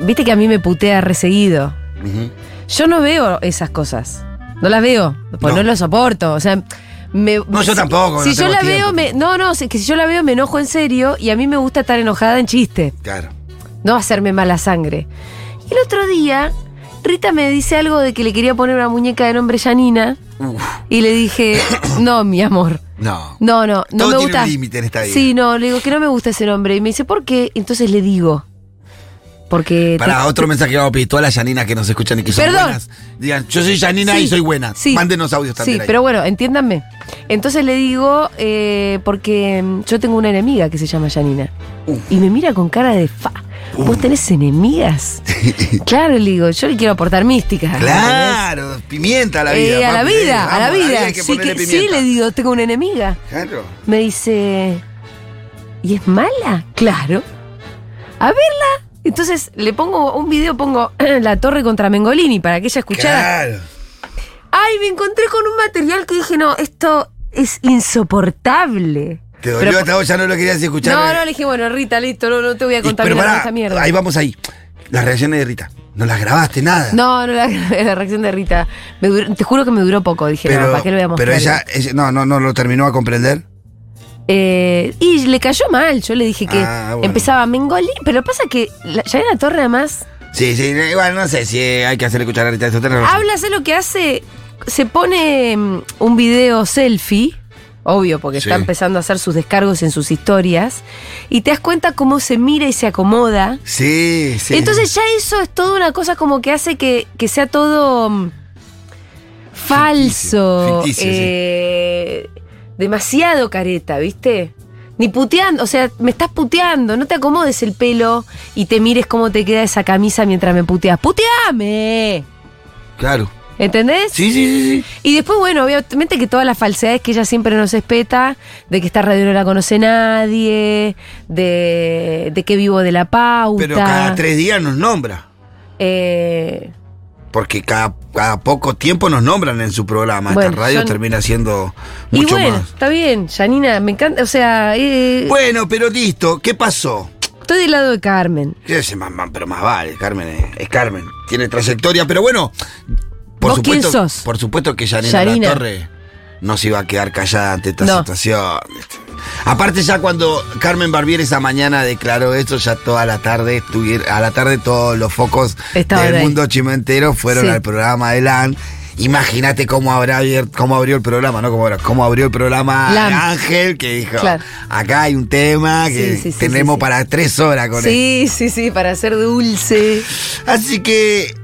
[SPEAKER 3] Viste que a mí me putea reseguido.
[SPEAKER 1] Ujú.
[SPEAKER 3] Yo no veo esas cosas. No las veo. Pues
[SPEAKER 1] No.
[SPEAKER 3] no, lo soporto. O sea. Me,
[SPEAKER 1] No, yo tampoco,
[SPEAKER 3] Si
[SPEAKER 1] no
[SPEAKER 3] yo
[SPEAKER 1] tengo
[SPEAKER 3] la
[SPEAKER 1] tiempo.
[SPEAKER 3] veo, me, no, no, es que si yo la veo me enojo en serio y a mí me gusta estar enojada en chiste,
[SPEAKER 1] Claro.
[SPEAKER 3] no hacerme mala sangre. Y el otro día, Rita me dice algo de que le quería poner una muñeca de nombre Janina
[SPEAKER 1] Uf,
[SPEAKER 3] y le dije, no, mi amor.
[SPEAKER 1] no.
[SPEAKER 3] No, no, no
[SPEAKER 1] Todo
[SPEAKER 3] me
[SPEAKER 1] tiene
[SPEAKER 3] gusta.
[SPEAKER 1] un límite en esta vida.
[SPEAKER 3] Sí, no, le digo que no me gusta ese nombre. Y me dice, ¿por qué? Entonces le digo. Porque.
[SPEAKER 1] Para otro mensaje que vamos a pedir, todas las Yaninas que nos escuchan y que son
[SPEAKER 3] Perdón.
[SPEAKER 1] buenas, digan, yo soy Yanina
[SPEAKER 3] Sí,
[SPEAKER 1] y soy buena.
[SPEAKER 3] sí.
[SPEAKER 1] Mándenos audios también.
[SPEAKER 3] Sí,
[SPEAKER 1] ahí.
[SPEAKER 3] pero bueno, entiéndanme. Entonces le digo, eh, porque mm, yo tengo una enemiga que se llama Janina.
[SPEAKER 1] Uh.
[SPEAKER 3] Y me mira con cara de fa. ¿Vos tenés enemigas? claro, le digo, yo le quiero aportar mística.
[SPEAKER 1] Claro, pimienta a la vida.
[SPEAKER 3] Eh, a la
[SPEAKER 1] papi,
[SPEAKER 3] vida,
[SPEAKER 1] vamos,
[SPEAKER 3] a la vida.
[SPEAKER 1] hay que
[SPEAKER 3] sí,
[SPEAKER 1] ponerle
[SPEAKER 3] que- sí,
[SPEAKER 1] pimienta.
[SPEAKER 3] le digo, tengo una enemiga.
[SPEAKER 1] Claro.
[SPEAKER 3] Me dice, ¿y es mala? Claro. A verla. Entonces le pongo un video, pongo la torre contra Mengolini para que ella escuchara.
[SPEAKER 1] Claro.
[SPEAKER 3] Ay, me encontré con un material que dije, no, esto es insoportable.
[SPEAKER 1] Te dolió
[SPEAKER 3] Pero-
[SPEAKER 1] hasta vos, ya no lo querías escuchar.
[SPEAKER 3] No,
[SPEAKER 1] eh.
[SPEAKER 3] no, le dije, bueno, Rita, listo, no, no te voy a
[SPEAKER 1] Y- pero
[SPEAKER 3] contaminar con
[SPEAKER 1] pará,
[SPEAKER 3] esta mierda.
[SPEAKER 1] ahí vamos ahí. Las reacciones de Rita. No las grabaste nada.
[SPEAKER 3] No, no, la, la reacción de Rita. Me duró- te juro que me duró poco. Dije,
[SPEAKER 1] pero,
[SPEAKER 3] no, ¿para qué lo voy a mostrar?
[SPEAKER 1] pero ella, ella- no, no, no lo terminó a comprender.
[SPEAKER 3] Eh, y le cayó mal. Yo le dije que
[SPEAKER 1] Ah, bueno.
[SPEAKER 3] empezaba Mengolini. Pero pasa que la, ya en la torre, además,
[SPEAKER 1] Sí, sí, igual no sé si hay que hacer escuchar a Rita eso tenés razón.
[SPEAKER 3] habla, hace lo que hace. Se pone mm, un video selfie. Obvio, porque
[SPEAKER 1] Sí.
[SPEAKER 3] está empezando a hacer sus descargos en sus historias. Y te das cuenta cómo se mira y se acomoda.
[SPEAKER 1] Sí, sí.
[SPEAKER 3] Entonces ya eso es toda una cosa como que hace que, que sea todo mm, falso,
[SPEAKER 1] Ficticio, ficticio, sí.
[SPEAKER 3] eh, demasiado careta, ¿viste? Ni puteando, o sea, me estás puteando, no te acomodes el pelo y te mires cómo te queda esa camisa mientras me puteas. ¡Puteame!
[SPEAKER 1] Claro.
[SPEAKER 3] ¿Entendés?
[SPEAKER 1] Sí, sí, sí, sí.
[SPEAKER 3] Y después, bueno, obviamente que todas las falsedades que ella siempre nos espeta, de que esta radio no la conoce nadie, de, de que vivo de la pauta.
[SPEAKER 1] Pero cada tres días nos nombra.
[SPEAKER 3] eh,
[SPEAKER 1] Porque cada, cada poco tiempo nos nombran en su programa.
[SPEAKER 3] Bueno,
[SPEAKER 1] Esta radio
[SPEAKER 3] yo-
[SPEAKER 1] termina siendo
[SPEAKER 3] Y
[SPEAKER 1] mucho
[SPEAKER 3] bueno,
[SPEAKER 1] más.
[SPEAKER 3] está bien, Janina, me encanta, o sea, eh,
[SPEAKER 1] Bueno, pero listo, ¿qué pasó?
[SPEAKER 3] estoy del lado de Carmen.
[SPEAKER 1] Yo sé, más- más- pero más vale, Carmen eh, es, es Carmen. Tiene trayectoria, pero bueno. Por
[SPEAKER 3] ¿Vos quién
[SPEAKER 1] supuesto,
[SPEAKER 3] sos?
[SPEAKER 1] Por supuesto que Yanina
[SPEAKER 3] Yanina.
[SPEAKER 1] La Torre no se iba a quedar callada ante esta
[SPEAKER 3] No.
[SPEAKER 1] situación. Aparte ya cuando Carmen Barbier esa mañana declaró esto, ya toda la tarde estuvier- a la tarde todos los focos
[SPEAKER 3] Estaban
[SPEAKER 1] del
[SPEAKER 3] ahí.
[SPEAKER 1] mundo chimentero fueron
[SPEAKER 3] Sí.
[SPEAKER 1] al programa de LAN. Imagínate cómo habrá abier- cómo abrió el programa, ¿no? Cómo, abrió- cómo abrió el programa
[SPEAKER 3] LAN.
[SPEAKER 1] Ángel, que dijo,
[SPEAKER 3] Claro.
[SPEAKER 1] acá hay un tema que
[SPEAKER 3] Sí, sí, sí,
[SPEAKER 1] tenemos
[SPEAKER 3] sí, sí.
[SPEAKER 1] para tres horas con esto".
[SPEAKER 3] Sí, sí, sí, para ser dulce.
[SPEAKER 1] Así que,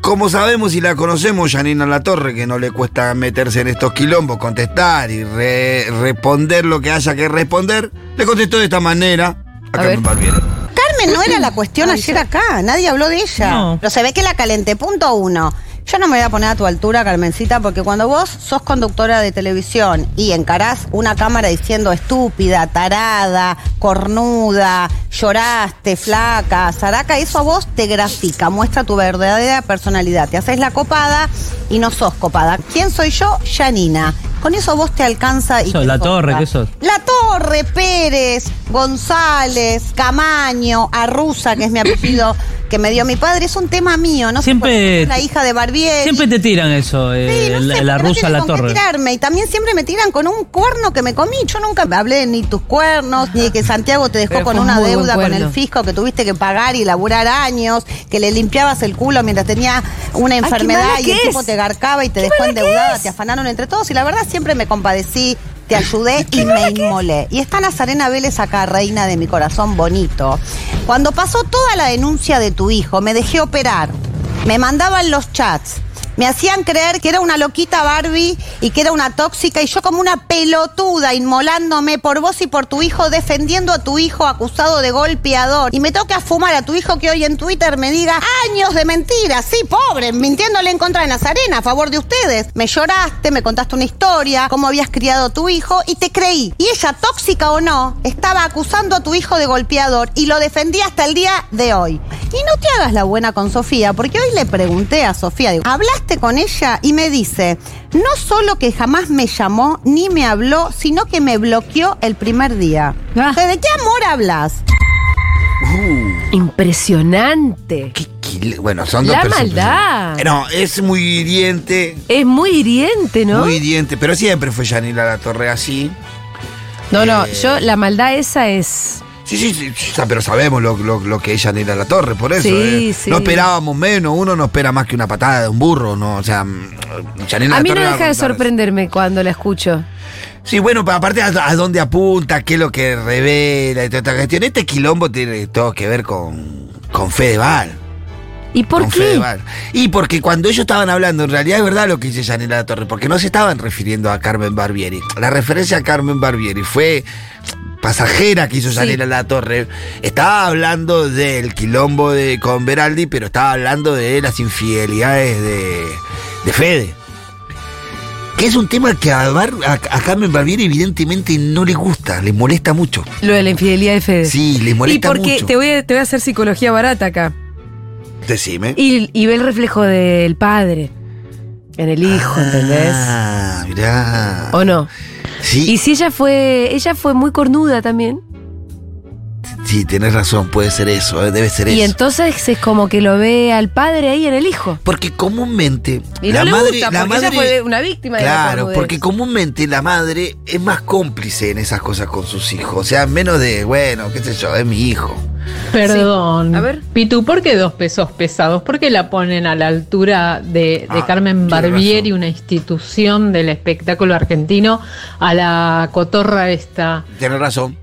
[SPEAKER 1] como sabemos y la conocemos, Janina Latorre, que no le cuesta meterse en estos quilombos, contestar y re- responder lo que haya que responder, le contestó de esta manera a,
[SPEAKER 3] A
[SPEAKER 1] Carmen
[SPEAKER 3] ver.
[SPEAKER 1] Barbieri.
[SPEAKER 6] Carmen no era la cuestión ayer acá, nadie habló de ella. Pero se ve que la calenté, punto uno.
[SPEAKER 5] Yo no me voy a poner a tu altura, Carmencita, porque cuando vos sos conductora de televisión y encarás una cámara diciendo estúpida, tarada, cornuda, lloraste, flaca, zaraca, eso a vos te grafica, muestra tu verdadera personalidad. Te haces la copada y no sos copada. ¿Quién soy yo? Yanina. Con eso vos te alcanza y.
[SPEAKER 6] Sos
[SPEAKER 5] te
[SPEAKER 6] la
[SPEAKER 5] sobra.
[SPEAKER 6] Torre, ¿qué sos?
[SPEAKER 5] La Torre, Pérez, González, Camaño, Arruza, que es mi apellido que me dio mi padre, es un tema mío, no sé
[SPEAKER 6] Siempre-
[SPEAKER 5] por qué, es la hija de Barbieri.
[SPEAKER 6] Siempre te tiran eso, eh,
[SPEAKER 5] Eh, Sí, no sé,
[SPEAKER 6] la,
[SPEAKER 5] porque
[SPEAKER 6] la
[SPEAKER 5] no
[SPEAKER 6] rusa a
[SPEAKER 5] tienen
[SPEAKER 6] la
[SPEAKER 5] con qué
[SPEAKER 6] torre.
[SPEAKER 5] tirarme. Y también siempre me tiran con un cuerno que me comí. Yo nunca hablé ni tus cuernos, ni de que Santiago te dejó
[SPEAKER 3] Pero
[SPEAKER 5] con
[SPEAKER 3] fue un
[SPEAKER 5] una
[SPEAKER 3] muy buen
[SPEAKER 5] deuda con
[SPEAKER 3] cuerno.
[SPEAKER 5] el fisco que tuviste que pagar y laburar años, que le limpiabas el culo mientras tenía una
[SPEAKER 3] qué
[SPEAKER 5] enfermedad
[SPEAKER 3] mala
[SPEAKER 5] y
[SPEAKER 3] que
[SPEAKER 5] el tipo
[SPEAKER 3] es.
[SPEAKER 5] te garcaba y
[SPEAKER 3] Qué
[SPEAKER 5] te dejó
[SPEAKER 3] mala que
[SPEAKER 5] endeudada,
[SPEAKER 3] es.
[SPEAKER 5] te afanaron entre todos. Y la verdad siempre me compadecí. Te ayudé y me inmolé. Y está Nazarena Vélez acá, reina de mi corazón bonito. Cuando pasó toda la denuncia de tu hijo, me dejé operar. Me mandaban los chats. Me hacían creer que era una loquita Barbie y que era una tóxica y yo como una pelotuda inmolándome por vos y por tu hijo, defendiendo a tu hijo acusado de golpeador. Y me toca fumar a tu hijo que hoy en Twitter me diga años de mentiras, sí, pobre, mintiéndole en contra de Nazarena, a favor de ustedes. Me lloraste, me contaste una historia, cómo habías criado a tu hijo y te creí. Y ella, tóxica o no, estaba acusando a tu hijo de golpeador y lo defendía hasta el día de hoy. Y no te hagas la buena con Sofía, porque hoy le pregunté a Sofía, digo, hablaste con ella y me dice, no solo que jamás me llamó ni me habló, sino que me bloqueó el primer día.
[SPEAKER 3] Ah.
[SPEAKER 5] O sea, ¿De qué amor hablas?
[SPEAKER 3] Impresionante.
[SPEAKER 1] Uh, Qué quil- Bueno, son dos
[SPEAKER 3] La
[SPEAKER 1] personas.
[SPEAKER 3] maldad.
[SPEAKER 1] Eh, No, es muy hiriente,
[SPEAKER 3] Es muy hiriente, ¿no?
[SPEAKER 1] muy hiriente, pero siempre fue Yanila La Torre así.
[SPEAKER 3] no, no,
[SPEAKER 1] Eh.
[SPEAKER 3] yo la maldad esa es.
[SPEAKER 1] Sí, sí, sí, sí, pero sabemos lo, lo- lo que es Yanira La Torre, por eso.
[SPEAKER 3] Sí,
[SPEAKER 1] eh.
[SPEAKER 3] sí.
[SPEAKER 1] No esperábamos menos, uno no espera más que una patada de un burro, ¿no? O sea, mm, Yanira
[SPEAKER 3] A mí
[SPEAKER 1] La
[SPEAKER 3] no
[SPEAKER 1] Torre va
[SPEAKER 3] deja de
[SPEAKER 1] contar eso.
[SPEAKER 3] sorprenderme cuando la escucho.
[SPEAKER 1] Sí, bueno, pero aparte a, a dónde apunta, qué es lo que revela y toda esta cuestión. Este quilombo tiene todo que ver con, con Fedeval.
[SPEAKER 3] ¿Y por
[SPEAKER 1] con
[SPEAKER 3] qué?
[SPEAKER 1] Fedeval. Y porque cuando ellos estaban hablando, en realidad es verdad lo que dice Yanira La Torre, porque no se estaban refiriendo a Carmen Barbieri. La referencia a Carmen Barbieri fue pasajera que hizo Yanira La Torre. Estaba hablando del quilombo de, con Beraldi, pero estaba hablando de las infidelidades de, de Fede. Que es un tema que a, Bar- a- a Carmen Barbieri evidentemente no le gusta, le molesta mucho.
[SPEAKER 3] Lo de la infidelidad de Fede.
[SPEAKER 1] Sí, le
[SPEAKER 3] y
[SPEAKER 1] molesta
[SPEAKER 3] porque
[SPEAKER 1] mucho.
[SPEAKER 3] Te, voy a, te voy a hacer psicología barata acá.
[SPEAKER 1] Decime.
[SPEAKER 3] Y, y ve el reflejo del padre en el hijo, ¿entendés?
[SPEAKER 1] Ah, mirá.
[SPEAKER 3] ¿O no?
[SPEAKER 1] Sí.
[SPEAKER 3] Y si ella fue, ella fue muy cornuda también.
[SPEAKER 1] Sí, tenés razón, puede ser eso, eh, debe ser
[SPEAKER 3] Y
[SPEAKER 1] eso.
[SPEAKER 3] entonces es como que lo ve al padre ahí en el hijo.
[SPEAKER 1] porque comúnmente
[SPEAKER 3] Y
[SPEAKER 1] la
[SPEAKER 3] no
[SPEAKER 1] madre,
[SPEAKER 3] le gusta,
[SPEAKER 1] la
[SPEAKER 3] porque
[SPEAKER 1] madre,
[SPEAKER 3] ella fue una víctima de la
[SPEAKER 1] claro,
[SPEAKER 3] cornudez.
[SPEAKER 1] porque comúnmente la madre es más cómplice en esas cosas con sus hijos, o sea, menos de, bueno, qué sé yo, es mi hijo.
[SPEAKER 7] Perdón.
[SPEAKER 3] Sí. A ver.
[SPEAKER 7] Pitu, ¿por qué dos pesos pesados? ¿Por qué la ponen a la altura de, de
[SPEAKER 1] Ah,
[SPEAKER 7] Carmen
[SPEAKER 1] tiene
[SPEAKER 7] Barbieri,
[SPEAKER 1] razón.
[SPEAKER 7] una institución del espectáculo argentino, a la cotorra esta?
[SPEAKER 1] Tienes razón.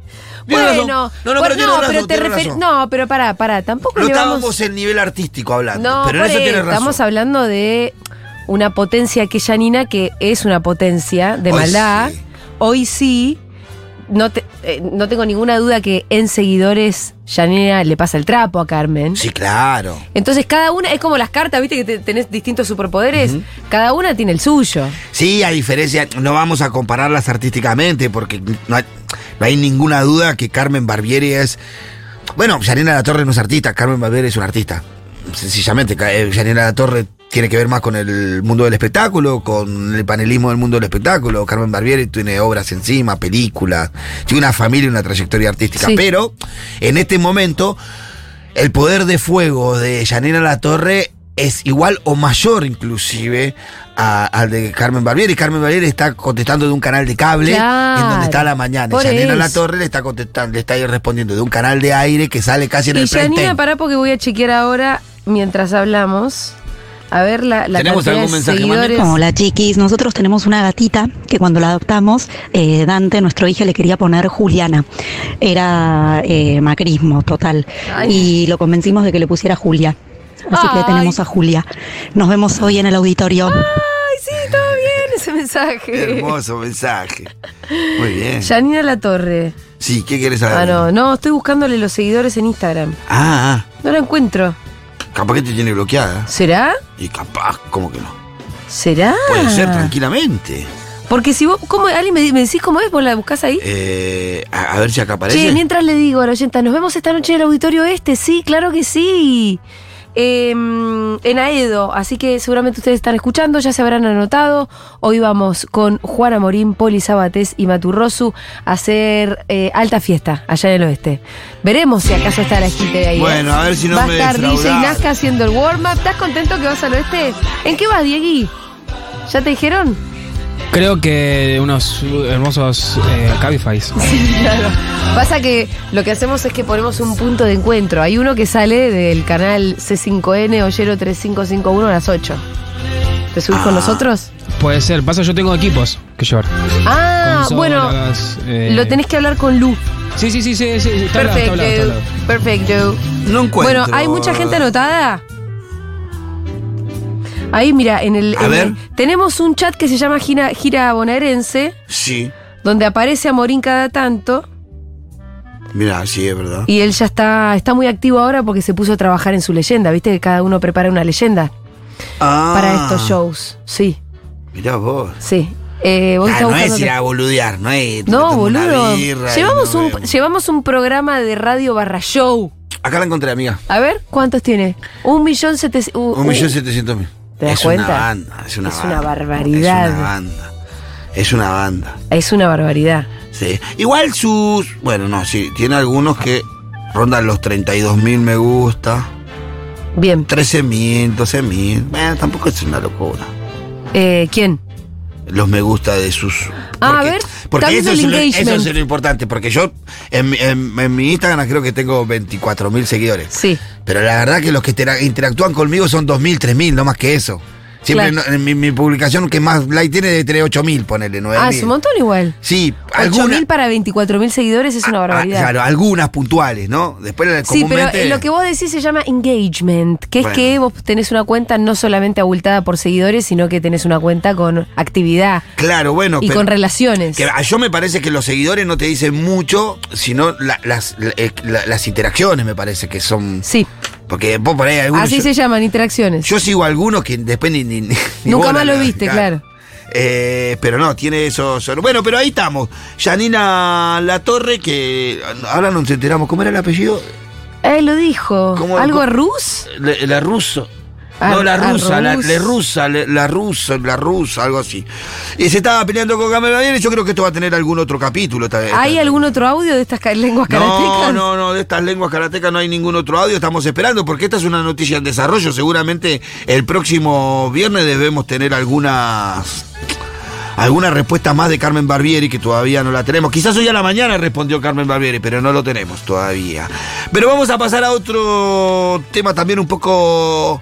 [SPEAKER 1] Tiene
[SPEAKER 3] Bueno,
[SPEAKER 1] razón. no, no,
[SPEAKER 3] por-
[SPEAKER 1] pero, tiene razón,
[SPEAKER 3] te
[SPEAKER 1] tiene
[SPEAKER 3] refer-
[SPEAKER 1] razón.
[SPEAKER 3] No, pero pará, pará, tampoco
[SPEAKER 1] No
[SPEAKER 3] le
[SPEAKER 1] estábamos
[SPEAKER 3] vamos-
[SPEAKER 1] en nivel artístico hablando,
[SPEAKER 3] No,
[SPEAKER 1] pero en
[SPEAKER 3] por
[SPEAKER 1] eso tienes
[SPEAKER 3] eso,
[SPEAKER 1] razón.
[SPEAKER 3] estamos hablando de una potencia que Janina, que es una potencia de
[SPEAKER 1] Hoy
[SPEAKER 3] maldad.
[SPEAKER 1] sí.
[SPEAKER 3] Hoy sí, no, te- eh, no tengo ninguna duda que en seguidores Janina le pasa el trapo a Carmen.
[SPEAKER 1] Sí, claro.
[SPEAKER 3] Entonces cada una, es como las cartas, viste que te- tenés distintos superpoderes, cada una tiene el suyo.
[SPEAKER 1] Sí, a diferencia, no vamos a compararlas artísticamente porque no hay, no hay ninguna duda que Carmen Barbieri es... Bueno, Yanina La Torre no es artista, Carmen Barbieri es un artista. Sencillamente, ca- eh, Yanina La Torre tiene que ver más con el mundo del espectáculo, con el panelismo del mundo del espectáculo. Carmen Barbieri tiene obras encima, películas, tiene una familia y una trayectoria artística.
[SPEAKER 3] Sí.
[SPEAKER 1] Pero en este momento el poder de fuego de Yanira La Torre es igual o mayor inclusive a- al de Carmen Barbieri. Carmen Barbieri está contestando de un canal de cable
[SPEAKER 3] Claro,
[SPEAKER 1] en donde está a la mañana.
[SPEAKER 3] por
[SPEAKER 1] Yanira La
[SPEAKER 3] eso.
[SPEAKER 1] Torre le está contestando, le está ahí respondiendo de un canal de aire que sale casi en
[SPEAKER 3] Y
[SPEAKER 1] el prime
[SPEAKER 3] Janina,
[SPEAKER 1] time.
[SPEAKER 3] pará porque voy a chequear ahora mientras hablamos. A ver la, la
[SPEAKER 1] ¿Tenemos
[SPEAKER 3] cantidad
[SPEAKER 1] algún
[SPEAKER 3] de
[SPEAKER 1] mensaje, Mami?
[SPEAKER 3] seguidores.
[SPEAKER 8] Hola chiquis, nosotros tenemos una gatita que cuando la adoptamos, eh, Dante, nuestro hijo, le quería poner Juliana. Era eh, macrismo total.
[SPEAKER 3] Ay.
[SPEAKER 8] Y lo convencimos de que le pusiera Julia. Así que
[SPEAKER 3] Ay.
[SPEAKER 8] tenemos a Julia. Nos vemos hoy en el auditorio.
[SPEAKER 3] Ay, sí, estaba bien ese mensaje.
[SPEAKER 1] Hermoso mensaje. Muy bien.
[SPEAKER 3] Janina La Torre.
[SPEAKER 1] Sí, ¿qué quieres saber?
[SPEAKER 3] Ah, no, no, estoy buscándole los seguidores en Instagram.
[SPEAKER 1] Ah, ah.
[SPEAKER 3] No la encuentro.
[SPEAKER 1] Capaz que te tiene bloqueada.
[SPEAKER 3] ¿Será?
[SPEAKER 1] Y capaz, ¿cómo que no?
[SPEAKER 3] ¿Será?
[SPEAKER 1] Puede
[SPEAKER 3] Ah.
[SPEAKER 1] ser, tranquilamente.
[SPEAKER 3] Porque si vos, ¿cómo, alguien me, di- me decís cómo es, vos la buscás ahí.
[SPEAKER 1] Eh, a, a ver si acá aparece.
[SPEAKER 3] Che, mientras le digo a la oyenta, nos vemos esta noche en el auditorio este, sí, claro que sí. Em, en Aedo, así que seguramente ustedes están escuchando, ya se habrán anotado. Hoy vamos con Juana Morín, Poli Sabatés y Maturrosu a hacer eh, alta fiesta allá en el oeste. Veremos si acaso está la gente de ahí. ¿eh?
[SPEAKER 1] Bueno, a ver si no
[SPEAKER 3] Va a
[SPEAKER 1] me
[SPEAKER 3] estar DJ
[SPEAKER 1] defraudaron.
[SPEAKER 3] Nazca haciendo el warm-up. ¿Estás contento que vas al oeste? ¿En qué vas, Diegui? ¿Ya te dijeron?
[SPEAKER 6] Creo que unos hermosos eh, Cabifys.
[SPEAKER 3] Sí, claro. Pasa que lo que hacemos es que ponemos un punto de encuentro. Hay uno que sale del canal C5N Ollero 3551 a las 8. ¿Te subís con nosotros?
[SPEAKER 6] Puede ser. Pasa, yo tengo equipos que llevar.
[SPEAKER 3] Ah,
[SPEAKER 6] Consolas,
[SPEAKER 3] bueno,
[SPEAKER 6] eh,
[SPEAKER 3] lo tenés que hablar con Lu.
[SPEAKER 6] Sí, sí, sí, sí. sí, está hablado, está
[SPEAKER 3] Perfecto,
[SPEAKER 6] hablado, está hablado.
[SPEAKER 3] perfecto.
[SPEAKER 1] No encuentro.
[SPEAKER 3] Bueno, ¿hay mucha gente anotada? Ahí, mira, en el,
[SPEAKER 1] A
[SPEAKER 3] en
[SPEAKER 1] ver.
[SPEAKER 3] el- tenemos un chat que se llama Gira, Gira Bonaerense,
[SPEAKER 1] Sí,
[SPEAKER 3] donde aparece a Morín cada tanto.
[SPEAKER 1] mira, sí, es verdad.
[SPEAKER 3] Y él ya está, está muy activo ahora porque se puso a trabajar en su leyenda, viste que cada uno prepara una leyenda
[SPEAKER 1] Ah,
[SPEAKER 3] para estos shows. Sí,
[SPEAKER 1] Mirá vos.
[SPEAKER 3] sí. Eh, vos
[SPEAKER 1] Ah,
[SPEAKER 3] estás
[SPEAKER 1] no es
[SPEAKER 3] buscándote-
[SPEAKER 1] ir a boludear, no es. te
[SPEAKER 3] No,
[SPEAKER 1] tomo una
[SPEAKER 3] boludo.
[SPEAKER 1] birra y
[SPEAKER 3] Llevamos,
[SPEAKER 1] nos
[SPEAKER 3] un,
[SPEAKER 1] vemos.
[SPEAKER 3] llevamos un programa de radio barra show.
[SPEAKER 1] Acá la encontré, amiga.
[SPEAKER 3] A ver, ¿cuántos tiene? Un millón setecientos.
[SPEAKER 1] Un millón setecientos mil.
[SPEAKER 3] Uh, ¿Te das
[SPEAKER 1] es
[SPEAKER 3] cuenta?
[SPEAKER 1] Una banda, es una
[SPEAKER 3] Es una
[SPEAKER 1] banda.
[SPEAKER 3] barbaridad.
[SPEAKER 1] Es una banda. Es una banda.
[SPEAKER 3] Es una barbaridad.
[SPEAKER 1] Sí. Igual sus. Bueno, no, sí. Tiene algunos que rondan los 32.000 me gusta.
[SPEAKER 3] Bien.
[SPEAKER 1] 13.000, 12.000. Bueno, tampoco es una locura.
[SPEAKER 3] Eh, ¿Quién?
[SPEAKER 1] Los me gusta de sus.
[SPEAKER 3] Ah, a ver,
[SPEAKER 1] Porque
[SPEAKER 3] también
[SPEAKER 1] eso
[SPEAKER 3] el
[SPEAKER 1] es, lo, eso
[SPEAKER 3] engagement.
[SPEAKER 1] es lo importante. Porque yo en, mi- en- en mi Instagram creo que tengo 24.000 seguidores.
[SPEAKER 3] Sí.
[SPEAKER 1] Pero la verdad que los que intera- interactúan conmigo son 2.000, 3.000, no más que eso. Siempre
[SPEAKER 3] Claro.
[SPEAKER 1] no- en mi, mi publicación que más like tiene debe tener 8.000, ponele 9.000.
[SPEAKER 3] Ah, es un montón igual.
[SPEAKER 1] Sí,
[SPEAKER 3] 8.000
[SPEAKER 1] algunas.
[SPEAKER 3] para 24.000 seguidores es una
[SPEAKER 1] Ah,
[SPEAKER 3] barbaridad.
[SPEAKER 1] claro, algunas puntuales, ¿no? Después la
[SPEAKER 3] Sí, pero
[SPEAKER 1] comúnmente-
[SPEAKER 3] eh, lo que vos decís se llama engagement, que es
[SPEAKER 1] Bueno.
[SPEAKER 3] que vos tenés una cuenta no solamente abultada por seguidores, sino que tenés una cuenta con actividad
[SPEAKER 1] Claro, bueno.
[SPEAKER 3] y
[SPEAKER 1] pero-
[SPEAKER 3] con relaciones.
[SPEAKER 1] que a- yo me parece que los seguidores no te dicen mucho, sino la- las, la- eh, la- las interacciones me parece que son...
[SPEAKER 3] Sí,
[SPEAKER 1] Porque vos por ahí algunos...
[SPEAKER 3] así
[SPEAKER 1] yo,
[SPEAKER 3] se llaman interacciones.
[SPEAKER 1] yo sigo algunos que después ni... ni- ni- ni
[SPEAKER 3] Nunca
[SPEAKER 1] bola
[SPEAKER 3] más lo
[SPEAKER 1] le dan,
[SPEAKER 3] viste, claro.
[SPEAKER 1] Eh, pero no, tiene esos... Bueno, pero ahí estamos. Yanina La Torre, que ahora nos enteramos. ¿Cómo era el apellido?
[SPEAKER 3] Él Eh, lo dijo.
[SPEAKER 1] ¿Cómo-
[SPEAKER 3] ¿Algo
[SPEAKER 1] cómo-
[SPEAKER 3] rus?
[SPEAKER 1] Le- la ruso.
[SPEAKER 3] Ah,
[SPEAKER 1] no, la
[SPEAKER 3] ah,
[SPEAKER 1] rusa, la,
[SPEAKER 3] rus.
[SPEAKER 1] le rusa, le- la rusa, la rusa, algo así. Y se estaba peleando con Camila Valera y yo creo que esto va a tener algún otro capítulo. esta- esta-
[SPEAKER 3] ¿Hay algún otro audio de estas ca- lenguas
[SPEAKER 1] No,
[SPEAKER 3] karatecas?
[SPEAKER 1] no, no, de estas lenguas karatecas no hay ningún otro audio, estamos esperando, porque esta es una noticia en desarrollo. Seguramente el próximo viernes debemos tener algunas. Alguna respuesta más de Carmen Barbieri que todavía no la tenemos. Quizás hoy a la mañana respondió Carmen Barbieri, pero no lo tenemos todavía. Pero vamos a pasar a otro tema también un poco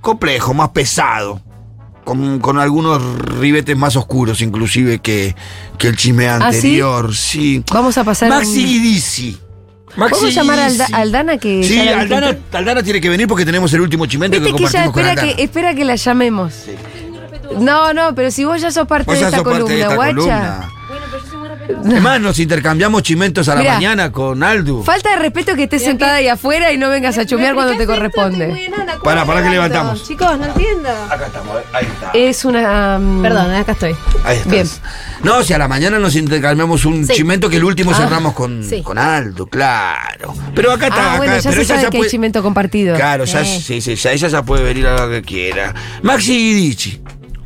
[SPEAKER 1] complejo, más pesado, con, con algunos ribetes más oscuros inclusive que, que el chisme
[SPEAKER 3] ¿Ah, sí?
[SPEAKER 1] anterior. sí?
[SPEAKER 3] Vamos a pasar
[SPEAKER 1] Maxi
[SPEAKER 3] un-
[SPEAKER 1] Guidisi. Maxi
[SPEAKER 3] ¿Podemos llamar a
[SPEAKER 1] Guidisi.
[SPEAKER 3] Alda- Aldana que
[SPEAKER 1] Sí,
[SPEAKER 3] ya la
[SPEAKER 1] Aldana, Aldana tiene que venir porque tenemos el último chimente que
[SPEAKER 3] Viste que ella
[SPEAKER 1] compartimos con
[SPEAKER 3] espera
[SPEAKER 1] Aldana.
[SPEAKER 3] que, espera que la llamemos. No, no, pero si vos ya sos parte
[SPEAKER 1] Vos
[SPEAKER 3] de
[SPEAKER 1] ya
[SPEAKER 3] esta
[SPEAKER 1] sos
[SPEAKER 3] columna,
[SPEAKER 1] parte de esta
[SPEAKER 3] guacha.
[SPEAKER 1] columna. Además, nos intercambiamos chimentos a la
[SPEAKER 3] Mirá.
[SPEAKER 1] mañana con Aldu.
[SPEAKER 3] Falta de respeto que estés sentada ahí afuera y no vengas a chumear cuando te corresponde.
[SPEAKER 1] Pará, pará que levantamos.
[SPEAKER 9] Chicos, no entiendo.
[SPEAKER 1] Acá estamos, ahí está.
[SPEAKER 3] Es una. um,
[SPEAKER 9] Perdón, acá estoy.
[SPEAKER 1] Ahí estás.
[SPEAKER 3] Bien.
[SPEAKER 1] No, si a la mañana nos intercambiamos un
[SPEAKER 9] Sí.
[SPEAKER 1] chimento que el último
[SPEAKER 3] Ah,
[SPEAKER 1] cerramos con,
[SPEAKER 9] sí.
[SPEAKER 1] con Aldo, claro. Pero acá está,
[SPEAKER 3] Ah,
[SPEAKER 1] acá,
[SPEAKER 3] bueno, ya
[SPEAKER 1] pero
[SPEAKER 3] se
[SPEAKER 1] ella
[SPEAKER 3] sabe
[SPEAKER 1] ya
[SPEAKER 3] que hay
[SPEAKER 1] puede-
[SPEAKER 3] chimento compartido. Eh.
[SPEAKER 1] Claro, ya, sí, sí, ya ella ya puede venir a lo que quiera. Maxi Guidici,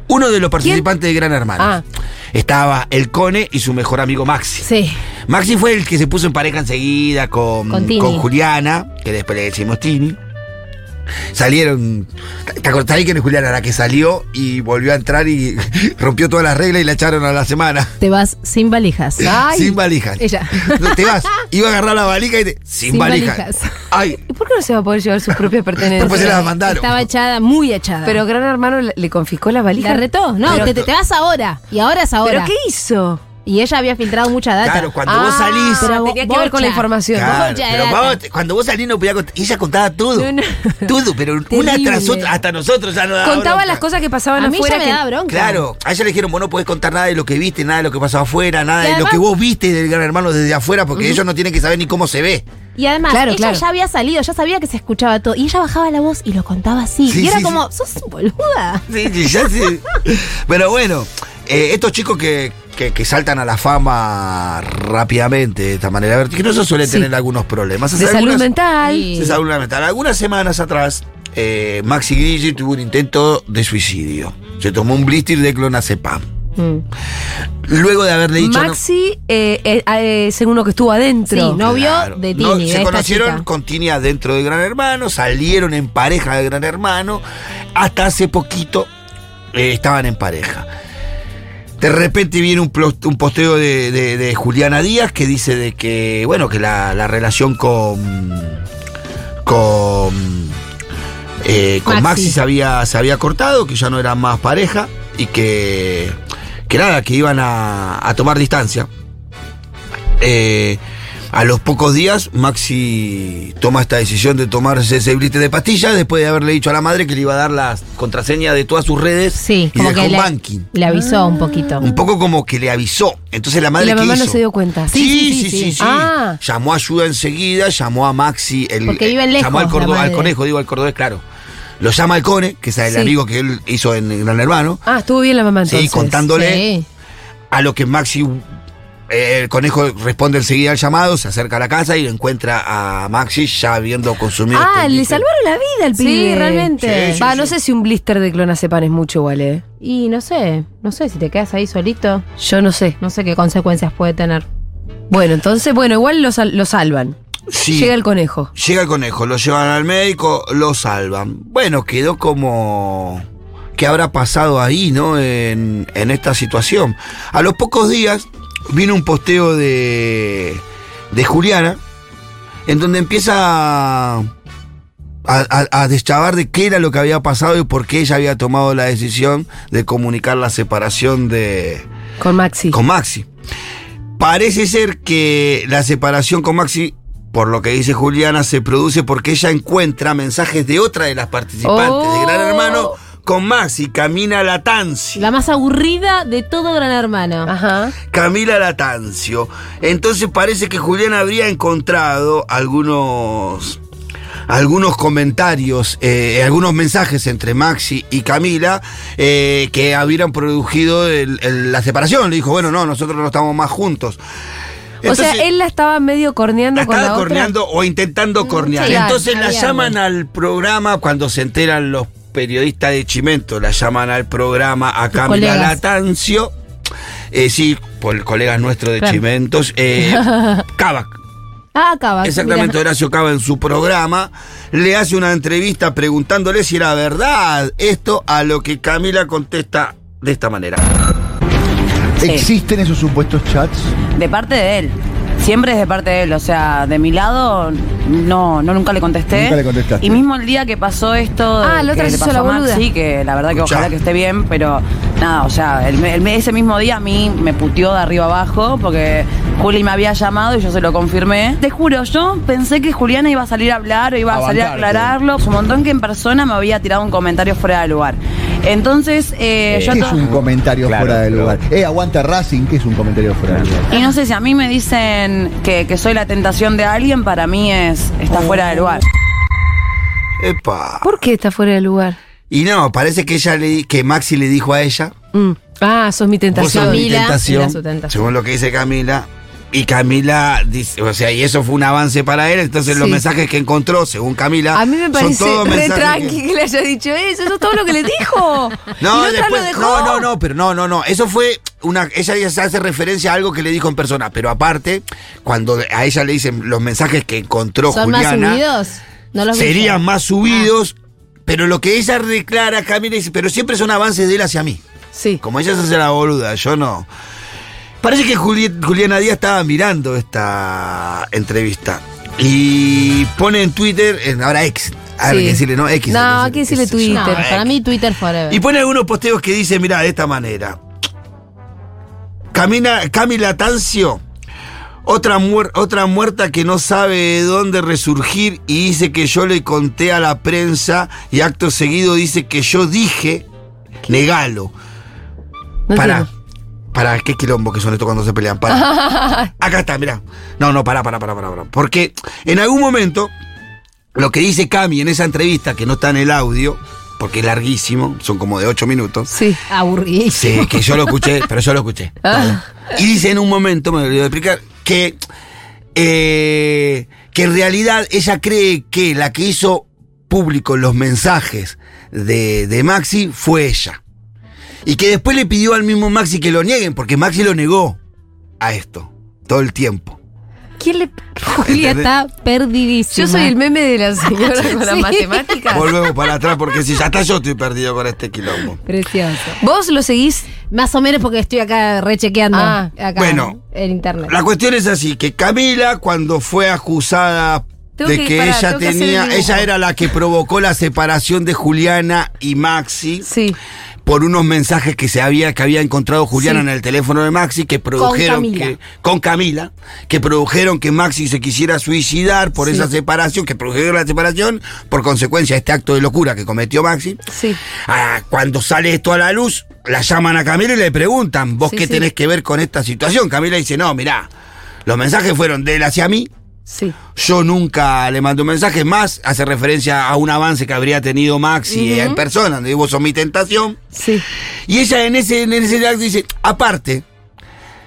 [SPEAKER 1] uno de los participantes de Gran Hermano.
[SPEAKER 3] Ah.
[SPEAKER 1] Estaba el Cone y su mejor amigo Maxi.
[SPEAKER 9] Sí.
[SPEAKER 1] Maxi fue el que se puso en pareja enseguida con,
[SPEAKER 9] Con Tini.
[SPEAKER 1] con Juliana, que después le decimos Tini. Salieron. ¿Te acordás ahí que no es Juliana la que salió y volvió a entrar y rompió todas las reglas y la echaron a la semana?
[SPEAKER 9] Te vas sin valijas.
[SPEAKER 3] Ay.
[SPEAKER 1] sin valijas.
[SPEAKER 9] Ella.
[SPEAKER 1] No, te vas. Iba a agarrar la valija y te. Sin,
[SPEAKER 9] Sin
[SPEAKER 1] valijas.
[SPEAKER 9] valijas. Eh,
[SPEAKER 1] Ay,
[SPEAKER 3] ¿Y por qué no se va a poder llevar sus propias
[SPEAKER 1] después se
[SPEAKER 3] pertenencias?
[SPEAKER 1] las mandaron.
[SPEAKER 9] Estaba echada, muy echada.
[SPEAKER 3] Pero Gran Hermano le- le confiscó la valija.
[SPEAKER 9] la retó. No,
[SPEAKER 1] Pero-
[SPEAKER 9] te, te- te vas ahora. Y ahora es ahora.
[SPEAKER 3] ¿Pero qué hizo?
[SPEAKER 9] Y ella había filtrado mucha data. Ah,
[SPEAKER 1] Claro, cuando vos salís-
[SPEAKER 3] Pero Ah, tenía que ver con la información.
[SPEAKER 1] Claro,
[SPEAKER 9] Mucha
[SPEAKER 1] pero
[SPEAKER 9] data.
[SPEAKER 1] vamos, te- cuando vos salís no podías contar. Ella contaba todo.
[SPEAKER 9] No, no.
[SPEAKER 1] Todo, pero una
[SPEAKER 9] Terrible.
[SPEAKER 1] tras otra. Hasta nosotros ya no daba
[SPEAKER 3] Contaba
[SPEAKER 1] Ah, bronca.
[SPEAKER 3] las cosas que pasaban
[SPEAKER 9] A mí
[SPEAKER 3] afuera.
[SPEAKER 9] ya me
[SPEAKER 3] que-
[SPEAKER 9] da bronca.
[SPEAKER 1] Claro, a ella le dijeron, vos no podés contar nada de lo que viste, nada de lo que pasó afuera, nada
[SPEAKER 9] Y
[SPEAKER 1] de lo
[SPEAKER 9] además-
[SPEAKER 1] que vos viste del gran hermano desde afuera, porque ellos no tienen que saber ni cómo se ve.
[SPEAKER 9] Y además,
[SPEAKER 3] Claro,
[SPEAKER 9] ella
[SPEAKER 3] claro.
[SPEAKER 9] ya había salido, ya sabía que se escuchaba todo. Y ella bajaba la voz y lo contaba así.
[SPEAKER 1] Sí,
[SPEAKER 9] y era
[SPEAKER 1] sí,
[SPEAKER 9] como, sos boluda.
[SPEAKER 1] Sí, sí, ya sí. Pero bueno, eh, estos chicos que, que- que saltan a la fama rápidamente de esta manera vertiginosa suelen
[SPEAKER 3] Sí.
[SPEAKER 1] tener algunos problemas. Hace
[SPEAKER 3] De salud
[SPEAKER 1] algunas-
[SPEAKER 3] mental.
[SPEAKER 1] de salud mental. Algunas semanas atrás, eh, Maxi Grigi tuvo un intento de suicidio. Se tomó un blister de clonazepam. Luego de haberle dicho... no-
[SPEAKER 3] Mm. Maxi, eh, eh, eh, es uno que estuvo adentro.
[SPEAKER 9] Sí, novio
[SPEAKER 1] Claro.
[SPEAKER 9] de Tini.
[SPEAKER 1] No,
[SPEAKER 9] de
[SPEAKER 1] se
[SPEAKER 9] esta
[SPEAKER 1] conocieron
[SPEAKER 9] chica.
[SPEAKER 1] con Tini adentro de Gran Hermano, salieron en pareja de Gran Hermano, hasta hace poquito eh, estaban en pareja. De repente viene un, plos- un posteo de, de- de Juliana Díaz que dice de que, bueno, que la, la relación con. con. eh, con Maxi,
[SPEAKER 9] Maxi
[SPEAKER 1] se, había, se había cortado, que ya no eran más pareja y que. que nada, que iban a- a tomar distancia. Eh, a los pocos días, Maxi toma esta decisión de tomarse ese blister de pastillas después de haberle dicho a la madre que le iba a dar las contraseñas de todas sus redes
[SPEAKER 9] Sí,
[SPEAKER 1] y
[SPEAKER 9] como
[SPEAKER 1] dejó
[SPEAKER 9] que
[SPEAKER 1] un
[SPEAKER 9] le,
[SPEAKER 1] banking.
[SPEAKER 9] le avisó un poquito.
[SPEAKER 1] Un poco como que le avisó. Entonces la
[SPEAKER 3] Y
[SPEAKER 1] madre
[SPEAKER 3] la
[SPEAKER 1] ¿qué
[SPEAKER 3] mamá no
[SPEAKER 1] hizo?
[SPEAKER 3] se dio cuenta.
[SPEAKER 1] Sí, sí, sí, sí. sí.
[SPEAKER 3] Ah.
[SPEAKER 1] Llamó ayuda enseguida, llamó a Maxi. El,
[SPEAKER 9] Porque viven lejos,
[SPEAKER 1] Llamó al,
[SPEAKER 9] la
[SPEAKER 1] cordo- al
[SPEAKER 9] madre.
[SPEAKER 1] conejo, digo al cordobés, claro. Lo llama al cone, que es el
[SPEAKER 3] Sí.
[SPEAKER 1] amigo que él hizo en Gran Hermano.
[SPEAKER 3] Ah, estuvo bien la mamá entonces.
[SPEAKER 1] Sí, contándole.
[SPEAKER 9] Sí.
[SPEAKER 1] A lo que Maxi, eh, el conejo responde enseguida al llamado, se acerca a la casa y encuentra a Maxi ya habiendo consumido.
[SPEAKER 3] Ah,
[SPEAKER 1] este
[SPEAKER 3] le
[SPEAKER 1] líquido.
[SPEAKER 3] salvaron la vida al
[SPEAKER 9] Sí,
[SPEAKER 3] pibe.
[SPEAKER 9] realmente.
[SPEAKER 1] Sí, sí,
[SPEAKER 3] Va,
[SPEAKER 1] sí.
[SPEAKER 3] no sé si un blister de clonazepam es mucho igual, eh.
[SPEAKER 9] Y no sé, no sé si te quedas ahí solito.
[SPEAKER 3] Yo no sé.
[SPEAKER 9] No sé qué consecuencias puede tener.
[SPEAKER 3] Bueno, entonces, bueno, igual lo, sal- lo salvan.
[SPEAKER 1] Sí.
[SPEAKER 3] Llega el conejo.
[SPEAKER 1] Llega el conejo, lo llevan al médico, lo salvan. Bueno, quedó como... ¿Qué habrá pasado ahí, no? En, en esta situación. A los pocos días vino un posteo de, de Juliana, en donde empieza a, a- a deschavar de qué era lo que había pasado y por qué ella había tomado la decisión de comunicar la separación de,
[SPEAKER 3] Con Maxi.
[SPEAKER 1] con Maxi. Parece ser que la separación con Maxi, por lo que dice Juliana, se produce porque ella encuentra mensajes de otra de las participantes de Gran Hermano con Maxi, Camila Latancio.
[SPEAKER 9] La más aburrida de todo Gran Hermano.
[SPEAKER 3] Ajá.
[SPEAKER 1] Camila Latancio. Entonces parece que Juliana habría encontrado algunos algunos comentarios, eh, algunos mensajes entre Maxi y Camila eh, que habrían producido el- el- la separación. Le dijo, bueno, no, nosotros no estamos más juntos.
[SPEAKER 3] o sea, él la estaba medio corneando
[SPEAKER 1] La
[SPEAKER 3] con la
[SPEAKER 1] estaba
[SPEAKER 3] otra.
[SPEAKER 1] corneando o intentando cornear.
[SPEAKER 3] sí,
[SPEAKER 1] Entonces la
[SPEAKER 9] había
[SPEAKER 1] llaman al programa cuando se enteran los periodistas de Chimento, la llaman al programa a Camila
[SPEAKER 9] colegas.
[SPEAKER 1] Latancio. Eh, sí, por colegas nuestros de
[SPEAKER 9] Claro.
[SPEAKER 1] Chimentos. Eh, Cava,
[SPEAKER 9] Ah, acaba.
[SPEAKER 1] exactamente Horacio Cava en su programa, le hace una entrevista preguntándole si era verdad esto, a lo que Camila contesta de esta manera.
[SPEAKER 10] ¿Existen esos supuestos chats?
[SPEAKER 5] De parte de él. Siempre es de parte de él, o sea, de mi lado, no, no nunca le contesté.
[SPEAKER 10] Nunca le contestaste.
[SPEAKER 5] Y mismo el día que pasó esto, de
[SPEAKER 3] Ah, la otra se
[SPEAKER 5] que le
[SPEAKER 3] hizo
[SPEAKER 5] pasó
[SPEAKER 3] la
[SPEAKER 5] a Max,
[SPEAKER 3] boluda.
[SPEAKER 5] sí, que la verdad que
[SPEAKER 1] Escuchá.
[SPEAKER 5] ojalá que esté bien, pero nada, o sea, el- el- ese mismo día a mí me puteó de arriba abajo porque Juli me había llamado y yo se lo confirmé. Te juro, yo pensé que Juliana iba a salir a hablar o iba a,
[SPEAKER 10] A
[SPEAKER 5] salir a
[SPEAKER 10] bancarte.
[SPEAKER 5] aclararlo. Un montón que en persona me había tirado un comentario fuera de lugar. Entonces, eh,
[SPEAKER 10] ¿Qué
[SPEAKER 5] yo
[SPEAKER 10] es
[SPEAKER 5] to-
[SPEAKER 10] un comentario
[SPEAKER 1] Claro,
[SPEAKER 10] fuera de
[SPEAKER 1] pero-
[SPEAKER 10] lugar? Eh, aguanta Racing, ¿qué es un comentario fuera de lugar?
[SPEAKER 5] Y no sé si a mí me dicen que, que soy la tentación de alguien, para mí es está fuera de lugar.
[SPEAKER 1] Epa.
[SPEAKER 3] ¿Por qué está fuera de lugar?
[SPEAKER 1] Y no, parece que ella le, que Maxi le dijo a ella,
[SPEAKER 3] Mm. Ah, sos mi
[SPEAKER 1] vos sos
[SPEAKER 3] tentación.
[SPEAKER 1] mi
[SPEAKER 9] Camila
[SPEAKER 1] tentación,
[SPEAKER 9] era su tentación.
[SPEAKER 1] según lo que dice Camila. Y Camila dice, o sea, y eso fue un avance para él, entonces los
[SPEAKER 3] Sí.
[SPEAKER 1] mensajes que encontró, según Camila,
[SPEAKER 3] A mí me parece
[SPEAKER 1] son todos
[SPEAKER 3] re
[SPEAKER 1] mensajes que-
[SPEAKER 3] tranqui que... le haya dicho eso. Eso es todo lo que le dijo.
[SPEAKER 1] No,
[SPEAKER 3] y la otra
[SPEAKER 1] después,
[SPEAKER 3] lo dejó.
[SPEAKER 1] no, no, no, pero no, no, no. Eso fue una. Ella ya se hace referencia a algo que le dijo en persona. Pero aparte, cuando a ella le dicen los mensajes que encontró
[SPEAKER 9] ¿Son más
[SPEAKER 1] Juliana,
[SPEAKER 9] unidos? No los vi yo.
[SPEAKER 1] serían más subidos.
[SPEAKER 3] Ah.
[SPEAKER 1] Pero lo que ella declara, Camila dice, pero siempre son avances de él hacia mí.
[SPEAKER 3] Sí.
[SPEAKER 1] Como ella se hace la boluda, yo no. Parece que Juli- Juliana Díaz estaba mirando esta entrevista. Y pone en Twitter, en- ahora ex. A ver,
[SPEAKER 3] Sí.
[SPEAKER 1] que decirle, Ah, no, X.
[SPEAKER 3] No,
[SPEAKER 1] hay
[SPEAKER 3] hay que decirle
[SPEAKER 1] qué sé yo.
[SPEAKER 9] No,
[SPEAKER 3] Twitter.
[SPEAKER 9] para mí Twitter forever.
[SPEAKER 1] Y pone algunos posteos que dicen, mira, de esta manera. Camina, Camila Tancio. Otra, muer- otra muerta que no sabe de dónde resurgir y dice que yo le conté a la prensa y acto seguido dice que yo dije, negalo.
[SPEAKER 3] No
[SPEAKER 1] Pará. Pará, qué quilombo que son estos cuando se pelean. Pará. Acá está, mirá. No, no, pará, pará, pará, pará. pará. Porque en algún momento, lo que dice Cami en esa entrevista, que no está en el audio, porque es larguísimo, son como de 8 minutos.
[SPEAKER 3] Sí.
[SPEAKER 1] Sí,
[SPEAKER 7] Aburridísimo.
[SPEAKER 1] que yo lo escuché, pero yo lo escuché.
[SPEAKER 3] Ah.
[SPEAKER 1] Y dice en un momento, me olvidé de explicar, que, eh, que en realidad ella cree que la que hizo público los mensajes de, de Maxi fue ella. Y que después le pidió al mismo Maxi que lo nieguen, porque Maxi lo negó a esto todo el tiempo.
[SPEAKER 9] ¿Quién le.? Julia está Ah, perdidísima.
[SPEAKER 3] Yo soy el meme de la señora con la
[SPEAKER 9] Sí.
[SPEAKER 3] matemática.
[SPEAKER 1] Volvemos para atrás porque si ya hasta yo estoy perdido con este quilombo.
[SPEAKER 9] Precioso.
[SPEAKER 3] Vos lo seguís.
[SPEAKER 9] Más o menos porque estoy acá rechequeando.
[SPEAKER 3] Ah,
[SPEAKER 9] acá
[SPEAKER 1] bueno.
[SPEAKER 9] En internet.
[SPEAKER 1] La cuestión es así, que Camila cuando fue acusada
[SPEAKER 3] Tengo
[SPEAKER 1] de
[SPEAKER 3] que-
[SPEAKER 1] que,
[SPEAKER 3] pará,
[SPEAKER 1] ella
[SPEAKER 3] tengo que hacer el
[SPEAKER 1] tenía,
[SPEAKER 3] dibujo.
[SPEAKER 1] ella era la que provocó la separación de Juliana y Maxi
[SPEAKER 3] Sí.
[SPEAKER 1] por unos mensajes que se había que había encontrado Juliana
[SPEAKER 3] Sí.
[SPEAKER 1] en el teléfono de Maxi que produjeron
[SPEAKER 9] Camila.
[SPEAKER 1] que con Camila, que produjeron que Maxi se quisiera suicidar por
[SPEAKER 3] Sí.
[SPEAKER 1] esa separación, que produjeron la separación por consecuencia de este acto de locura que cometió Maxi.
[SPEAKER 3] Sí.
[SPEAKER 1] Ah, cuando sale esto a la luz, la llaman a Camila y le preguntan, ¿vos
[SPEAKER 3] Sí,
[SPEAKER 1] qué
[SPEAKER 3] sí.
[SPEAKER 1] tenés que ver con esta situación? Camila dice, no, mirá, los mensajes fueron de él hacia mí,
[SPEAKER 3] Sí.
[SPEAKER 1] yo nunca le mandé un mensaje, más hace referencia a un avance que habría tenido Maxi en persona, donde vos sos mi tentación.
[SPEAKER 3] Sí.
[SPEAKER 1] Y ella en ese, en ese acto dice, aparte,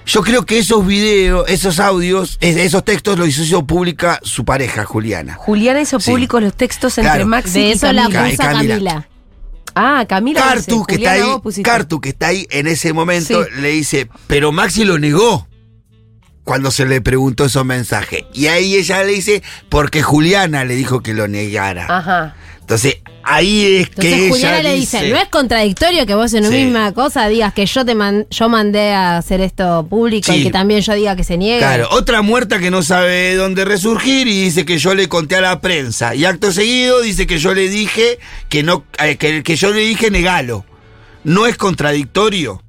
[SPEAKER 1] yo creo que esos videos, esos audios, es- esos textos los hizo pública su pareja, Juliana.
[SPEAKER 3] Juliana hizo
[SPEAKER 1] Sí.
[SPEAKER 3] públicos los textos entre
[SPEAKER 1] Claro.
[SPEAKER 3] Maxi
[SPEAKER 9] De
[SPEAKER 3] y
[SPEAKER 9] eso la
[SPEAKER 3] Camila.
[SPEAKER 1] Ca-
[SPEAKER 9] acusa
[SPEAKER 1] Camila.
[SPEAKER 9] Camila.
[SPEAKER 3] Ah, Camila. dice,
[SPEAKER 1] Cartu, que está
[SPEAKER 3] Juliana,
[SPEAKER 1] ahí,
[SPEAKER 3] vos pusiste.
[SPEAKER 1] Cartu, que está ahí en ese momento,
[SPEAKER 3] Sí.
[SPEAKER 1] le dice, pero Maxi lo negó cuando se le preguntó esos mensajes. Y ahí ella le dice, porque Juliana le dijo que lo negara.
[SPEAKER 3] Ajá.
[SPEAKER 1] Entonces, ahí es
[SPEAKER 9] Ah. Entonces
[SPEAKER 1] que
[SPEAKER 9] Juliana
[SPEAKER 1] ella
[SPEAKER 9] le dice, no es contradictorio que vos en una
[SPEAKER 1] Sí.
[SPEAKER 9] misma cosa digas que yo te man- yo mandé a hacer esto público
[SPEAKER 1] Sí.
[SPEAKER 9] y que también yo diga que se niegue.
[SPEAKER 1] Claro, otra muerta que no sabe de dónde resurgir y dice que yo le conté a la prensa. Y acto seguido dice que yo le dije que no, eh, que, que yo le dije negalo. No es contradictorio.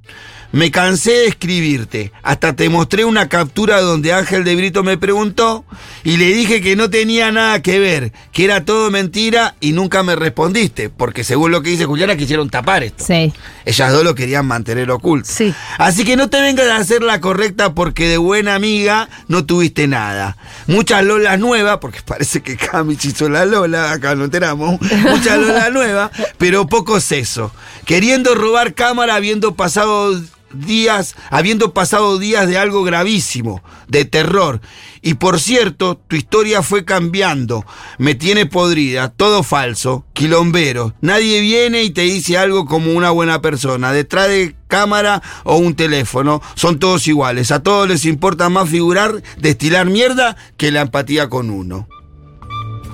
[SPEAKER 1] Me cansé de escribirte. Hasta te mostré una captura donde Ángel de Brito me preguntó y le dije que no tenía nada que ver, que era todo mentira y nunca me respondiste. Porque según lo que dice Juliana, quisieron tapar esto.
[SPEAKER 9] Sí.
[SPEAKER 1] Ellas dos lo querían mantener oculto.
[SPEAKER 3] Sí.
[SPEAKER 1] Así que no te vengas a hacer la correcta porque de buena amiga no tuviste nada. Muchas lolas nuevas, porque parece que Cami hizo la lola, acá no enteramos. Muchas lolas nuevas, pero poco seso. Queriendo robar cámara habiendo pasado días, habiendo pasado días de algo gravísimo, de terror. Y por cierto, tu historia fue cambiando. Me tiene podrida, todo falso, quilombero. Nadie viene y te dice algo como una buena persona. Detrás de cámara o un teléfono, son todos iguales. A todos les importa más figurar, destilar mierda, que la empatía con uno.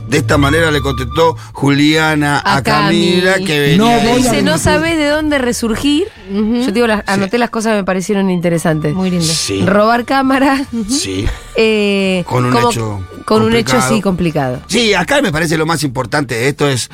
[SPEAKER 1] De esta manera le contestó Juliana a,
[SPEAKER 9] A Cami.
[SPEAKER 1] Camila que venía
[SPEAKER 10] No
[SPEAKER 1] de-
[SPEAKER 10] voy
[SPEAKER 3] Dice, no sabés de dónde resurgir. Yo te digo, las- anoté las cosas que me parecieron interesantes.
[SPEAKER 9] Muy lindo.
[SPEAKER 1] Sí,
[SPEAKER 3] Robar cámara.
[SPEAKER 1] sí.
[SPEAKER 3] eh,
[SPEAKER 1] Con un
[SPEAKER 3] como-
[SPEAKER 1] hecho
[SPEAKER 3] Con un hecho
[SPEAKER 1] complicado.
[SPEAKER 3] así complicado.
[SPEAKER 1] Sí, acá me parece lo más importante de esto es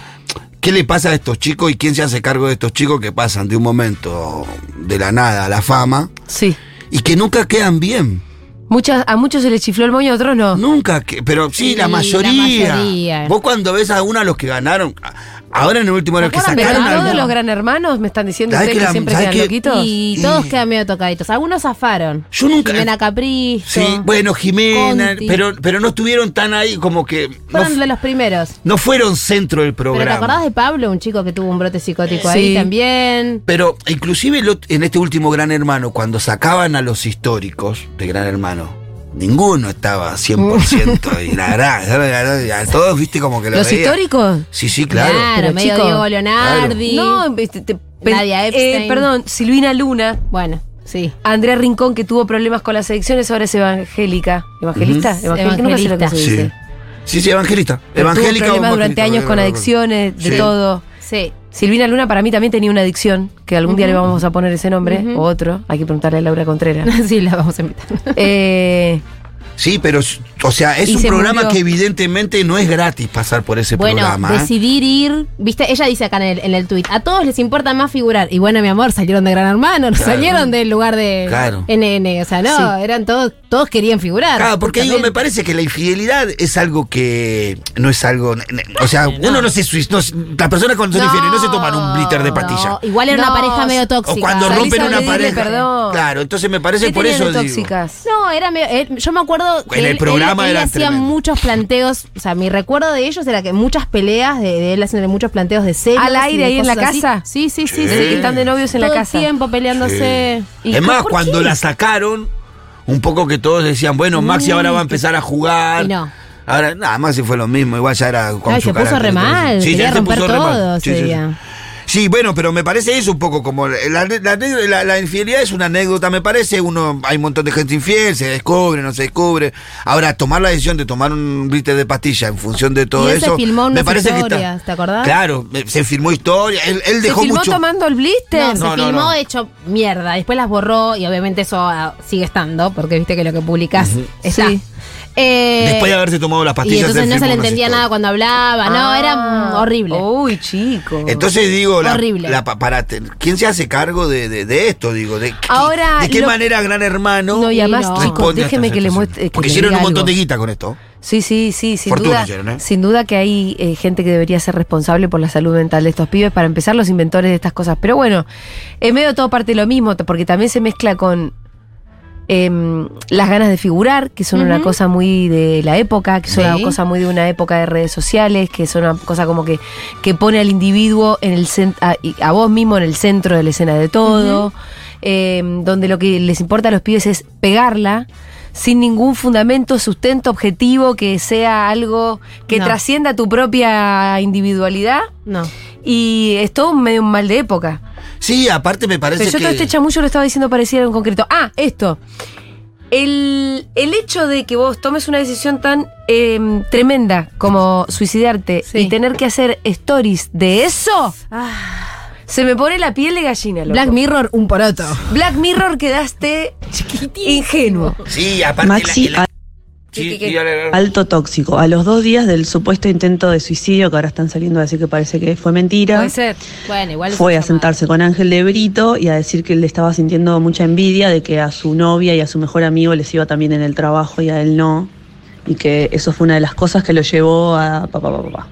[SPEAKER 1] qué le pasa a estos chicos y quién se hace cargo de estos chicos que pasan de un momento de la nada a la fama
[SPEAKER 3] Sí.
[SPEAKER 1] y que nunca quedan bien.
[SPEAKER 3] Muchas, a muchos se les chifló el moño, a otros no.
[SPEAKER 1] Nunca, que- pero sí,
[SPEAKER 9] Sí,
[SPEAKER 1] la,
[SPEAKER 9] la
[SPEAKER 1] mayoría.
[SPEAKER 9] mayoría.
[SPEAKER 1] Vos cuando ves a uno de los que ganaron, a- ahora en el último año que
[SPEAKER 9] acuerdan de
[SPEAKER 1] sacaron
[SPEAKER 3] Pero
[SPEAKER 9] Claro,
[SPEAKER 3] todos
[SPEAKER 9] no.
[SPEAKER 1] algo-
[SPEAKER 3] los gran hermanos me están diciendo
[SPEAKER 1] ¿Sabés
[SPEAKER 3] ustedes
[SPEAKER 1] que
[SPEAKER 3] que,
[SPEAKER 1] la-
[SPEAKER 3] siempre
[SPEAKER 1] ¿sabés
[SPEAKER 3] quedan
[SPEAKER 1] que-
[SPEAKER 3] loquitos.
[SPEAKER 9] Y
[SPEAKER 1] Sí.
[SPEAKER 9] todos quedan medio tocaditos. Algunos zafaron.
[SPEAKER 1] Yo nunca-
[SPEAKER 9] Jimena Capristo.
[SPEAKER 1] Sí, bueno, Jimena,
[SPEAKER 9] Conti.
[SPEAKER 1] pero, pero no estuvieron tan ahí como que. No,
[SPEAKER 9] Fueron
[SPEAKER 1] f-
[SPEAKER 9] de los primeros.
[SPEAKER 1] no fueron centro del
[SPEAKER 9] Pero ¿te
[SPEAKER 1] programa.
[SPEAKER 9] acordás de Pablo, un chico que tuvo un brote psicótico
[SPEAKER 3] Sí.
[SPEAKER 9] ahí también?
[SPEAKER 1] Pero inclusive lo- en este último Gran Hermano, cuando sacaban a los históricos de Gran Hermano, ninguno estaba 100% y la verdad, la verdad, a todos viste como que lo
[SPEAKER 3] ¿Los
[SPEAKER 1] veía.
[SPEAKER 3] históricos?
[SPEAKER 1] Sí, sí,
[SPEAKER 9] Claro,
[SPEAKER 1] claro.
[SPEAKER 3] Pero,
[SPEAKER 9] medio
[SPEAKER 3] chico,
[SPEAKER 9] Diego Leonardi.
[SPEAKER 3] No, este, te- pe-
[SPEAKER 9] Nadia Epstein.
[SPEAKER 3] eh, perdón, Silvina Luna,
[SPEAKER 9] Bueno, sí.
[SPEAKER 3] Andrea Rincón, que tuvo problemas con las adicciones, ahora es evangélica. ¿Evangelista?
[SPEAKER 9] Ujú.
[SPEAKER 3] Evangélica, nunca sé lo que se
[SPEAKER 1] Sí.
[SPEAKER 3] dice.
[SPEAKER 1] Sí, sí, evangelista.
[SPEAKER 3] Pero tuvo
[SPEAKER 1] Evangélica o
[SPEAKER 3] problemas durante
[SPEAKER 1] evangelista,
[SPEAKER 3] años con
[SPEAKER 1] evangelista.
[SPEAKER 3] adicciones, de
[SPEAKER 1] Sí.
[SPEAKER 3] todo.
[SPEAKER 9] Sí.
[SPEAKER 3] Silvina Luna para mí también tenía una adicción, que algún día le vamos a poner ese nombre, o otro. Hay que preguntarle a Laura Contreras.
[SPEAKER 9] Sí, la vamos a invitar.
[SPEAKER 3] eh,
[SPEAKER 1] Sí, pero s- O sea, es
[SPEAKER 9] Y
[SPEAKER 1] un
[SPEAKER 9] se
[SPEAKER 1] programa
[SPEAKER 9] murió.
[SPEAKER 1] que evidentemente no es gratis pasar por ese
[SPEAKER 9] Bueno,
[SPEAKER 1] programa. ¿eh?
[SPEAKER 9] decidir ir, viste, ella dice acá en el, en el tuit, a todos les importa más figurar. Y bueno, mi amor, salieron de Gran Hermano, no
[SPEAKER 1] Claro.
[SPEAKER 9] salieron del lugar de
[SPEAKER 1] Claro.
[SPEAKER 9] NN, o sea, no, eran todos, todos querían figurar.
[SPEAKER 1] Claro, porque digo, me parece que la infidelidad es algo que no es algo. O sea, uno no se. suic- No, se- las personas cuando son
[SPEAKER 9] No,
[SPEAKER 1] infieles no se toman un blitter de patilla.
[SPEAKER 9] No, igual era
[SPEAKER 3] No,
[SPEAKER 9] una pareja medio tóxica.
[SPEAKER 1] O cuando
[SPEAKER 3] Salís
[SPEAKER 1] rompen
[SPEAKER 3] a
[SPEAKER 1] una
[SPEAKER 3] pedirle
[SPEAKER 1] pareja.
[SPEAKER 3] perdón.
[SPEAKER 1] Claro, entonces me parece
[SPEAKER 3] ¿Qué
[SPEAKER 1] por
[SPEAKER 3] tenían
[SPEAKER 1] eso
[SPEAKER 3] de
[SPEAKER 1] digo.
[SPEAKER 3] tóxicas?
[SPEAKER 9] No, era medio- eh, yo me acuerdo que
[SPEAKER 1] En el
[SPEAKER 9] él,
[SPEAKER 1] programa
[SPEAKER 9] él- él
[SPEAKER 1] era
[SPEAKER 9] hacía
[SPEAKER 1] tremendo.
[SPEAKER 9] muchos planteos, o sea, mi recuerdo de ellos era que muchas peleas de, de él haciéndole muchos planteos de celos.
[SPEAKER 3] ¿Al aire
[SPEAKER 9] y de
[SPEAKER 3] ahí en
[SPEAKER 9] cosas
[SPEAKER 3] la
[SPEAKER 9] así.
[SPEAKER 3] casa?
[SPEAKER 9] Sí, sí, sí,
[SPEAKER 3] Sí,
[SPEAKER 9] sí.
[SPEAKER 3] que están de novios en la
[SPEAKER 9] Todo el
[SPEAKER 3] casa.
[SPEAKER 9] tiempo peleándose. Y
[SPEAKER 1] Es más,
[SPEAKER 9] ¿por
[SPEAKER 1] cuando
[SPEAKER 9] qué?
[SPEAKER 1] la sacaron, un poco que todos decían, bueno, Maxi ahora va a empezar a jugar.
[SPEAKER 9] Y no.
[SPEAKER 1] Ahora, nada, Maxi fue lo mismo, igual ya era con
[SPEAKER 9] Ay,
[SPEAKER 1] su
[SPEAKER 9] se puso
[SPEAKER 1] carácter,
[SPEAKER 9] re mal,
[SPEAKER 1] Sí,
[SPEAKER 9] quería
[SPEAKER 1] ya se
[SPEAKER 9] romper
[SPEAKER 1] puso re mal.
[SPEAKER 9] todo
[SPEAKER 1] Sí,
[SPEAKER 9] ese
[SPEAKER 1] sí, sí.
[SPEAKER 9] día.
[SPEAKER 1] Sí, bueno, pero me parece eso un poco como la, la- la- la infidelidad es una anécdota, me parece, uno hay un montón de gente infiel, se descubre, no se descubre. Ahora tomar la decisión de tomar un blister de pastilla en función de todo
[SPEAKER 9] Y él se
[SPEAKER 1] eso,
[SPEAKER 9] filmó
[SPEAKER 1] me
[SPEAKER 9] unas
[SPEAKER 1] parece que está-
[SPEAKER 9] historias, ¿te acordás?
[SPEAKER 1] Claro, eh, se firmó historia, él, él
[SPEAKER 3] ¿Se
[SPEAKER 1] dejó
[SPEAKER 3] filmó
[SPEAKER 1] mucho
[SPEAKER 3] tomando el blister?
[SPEAKER 9] No, se
[SPEAKER 1] No, no,
[SPEAKER 9] filmó
[SPEAKER 1] no.
[SPEAKER 9] hecho mierda, después las borró y obviamente eso ah, sigue estando, porque viste que lo que publicás está.
[SPEAKER 3] Sí.
[SPEAKER 9] Eh,
[SPEAKER 1] después de haberse tomado las pastillas. este.
[SPEAKER 9] y entonces
[SPEAKER 1] él
[SPEAKER 9] no se
[SPEAKER 1] firmó
[SPEAKER 9] le
[SPEAKER 1] unas
[SPEAKER 9] entendía
[SPEAKER 1] historias.
[SPEAKER 9] nada cuando hablaba, no,
[SPEAKER 3] Ah.
[SPEAKER 9] era mm, horrible.
[SPEAKER 3] Uy, chico.
[SPEAKER 1] Entonces digo, la,
[SPEAKER 9] Horrible.
[SPEAKER 1] la pa- para te- ¿quién se hace cargo de, de- de esto? Digo, de,
[SPEAKER 3] Ahora,
[SPEAKER 1] ¿de qué
[SPEAKER 3] lo-
[SPEAKER 1] manera Gran Hermano?
[SPEAKER 3] No, y además,
[SPEAKER 9] no.
[SPEAKER 3] chicos,
[SPEAKER 1] responde a
[SPEAKER 3] déjeme
[SPEAKER 1] esta
[SPEAKER 3] que le
[SPEAKER 1] situación?
[SPEAKER 3] muestre. que
[SPEAKER 1] Porque
[SPEAKER 3] le
[SPEAKER 1] hicieron
[SPEAKER 3] diga
[SPEAKER 1] un montón
[SPEAKER 3] algo.
[SPEAKER 1] de guita con esto.
[SPEAKER 3] Sí, sí, sí, sin
[SPEAKER 1] Fortuna
[SPEAKER 3] duda.
[SPEAKER 1] hicieron, ¿eh?
[SPEAKER 3] Sin duda que hay eh, gente que debería ser responsable por la salud mental de estos pibes, para empezar, los inventores de estas cosas. Pero bueno, en medio de todo parte lo mismo, t- porque también se mezcla con em, las ganas de figurar, que son una cosa muy de la época, que son
[SPEAKER 9] Sí.
[SPEAKER 3] una cosa muy de una época de redes sociales, que son una cosa como que, que pone al individuo en el cen- a, y a vos mismo en el centro de la escena de todo, em, donde lo que les importa a los pibes es pegarla sin ningún fundamento, sustento objetivo que sea algo que
[SPEAKER 9] No.
[SPEAKER 3] trascienda tu propia individualidad
[SPEAKER 9] No.
[SPEAKER 3] y es todo un medio un mal de época.
[SPEAKER 1] Sí, aparte me parece
[SPEAKER 3] Pero yo
[SPEAKER 1] que...
[SPEAKER 3] todo este chamullo lo estaba diciendo parecido en concreto. Ah, esto. El, el hecho de que vos tomes una decisión tan em, tremenda como suicidarte
[SPEAKER 9] Sí.
[SPEAKER 3] y tener que hacer stories de eso, se me pone la piel de gallina. loco.
[SPEAKER 9] Black Mirror, un poroto.
[SPEAKER 3] Black Mirror quedaste ingenuo.
[SPEAKER 1] Sí, aparte...
[SPEAKER 11] Maxi,
[SPEAKER 1] la- la- Sí,
[SPEAKER 3] ¿Qué, qué,
[SPEAKER 1] y ahora-
[SPEAKER 11] Alto tóxico. A los dos días del supuesto intento de suicidio, que ahora están saliendo a decir que parece que fue mentira,
[SPEAKER 3] Puede ser.
[SPEAKER 9] Bueno, igual.
[SPEAKER 11] fue a
[SPEAKER 9] se llama-
[SPEAKER 11] sentarse con Ángel de Brito y a decir que él le estaba sintiendo mucha envidia de que a su novia y a su mejor amigo les iba también en el trabajo y a él no. Y que eso fue una de las cosas que lo llevó a papá, papá, papá.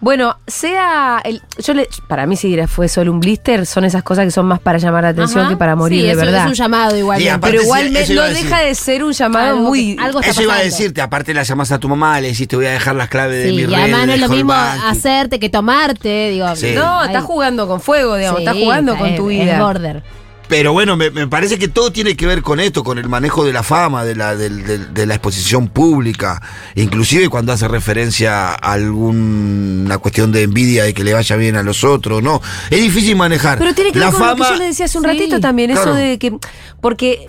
[SPEAKER 3] Bueno, sea el, yo le, para mí si fue solo un blister, son esas cosas que son más para llamar la atención
[SPEAKER 9] Ajá.
[SPEAKER 3] que para morir
[SPEAKER 9] Sí,
[SPEAKER 3] de
[SPEAKER 9] eso
[SPEAKER 3] verdad.
[SPEAKER 9] Es un llamado igual.
[SPEAKER 1] Sí, aparte,
[SPEAKER 3] Pero igual
[SPEAKER 1] sí,
[SPEAKER 3] me-
[SPEAKER 1] eso
[SPEAKER 3] no
[SPEAKER 1] iba a decir.
[SPEAKER 3] deja de ser un llamado
[SPEAKER 9] Algo que-
[SPEAKER 3] muy
[SPEAKER 9] algo está
[SPEAKER 1] Eso iba a
[SPEAKER 9] pasando.
[SPEAKER 1] decirte, aparte la llamas a tu mamá, le decís te voy a dejar las claves de
[SPEAKER 9] Sí,
[SPEAKER 1] mi
[SPEAKER 9] y
[SPEAKER 1] red.
[SPEAKER 9] además no es lo
[SPEAKER 1] dejo el
[SPEAKER 9] mismo
[SPEAKER 1] banco".
[SPEAKER 9] hacerte que tomarte, digo.
[SPEAKER 1] Sí.
[SPEAKER 3] No,
[SPEAKER 9] ay.
[SPEAKER 3] estás jugando con fuego, digamos,
[SPEAKER 9] Sí,
[SPEAKER 3] estás jugando con
[SPEAKER 9] es-
[SPEAKER 3] tu
[SPEAKER 9] Es
[SPEAKER 3] vida.
[SPEAKER 9] border.
[SPEAKER 1] Pero bueno, me, me parece que todo tiene que ver con esto, con el manejo de la fama, de la, del- del- de la exposición pública, inclusive cuando hace referencia a alguna cuestión de envidia y que le vaya bien a los otros, ¿no? Es difícil manejar.
[SPEAKER 3] Pero tiene que
[SPEAKER 1] la
[SPEAKER 3] ver con
[SPEAKER 1] fama,
[SPEAKER 3] lo que yo le decía hace un
[SPEAKER 9] Sí,
[SPEAKER 3] ratito también,
[SPEAKER 1] claro.
[SPEAKER 3] eso de que porque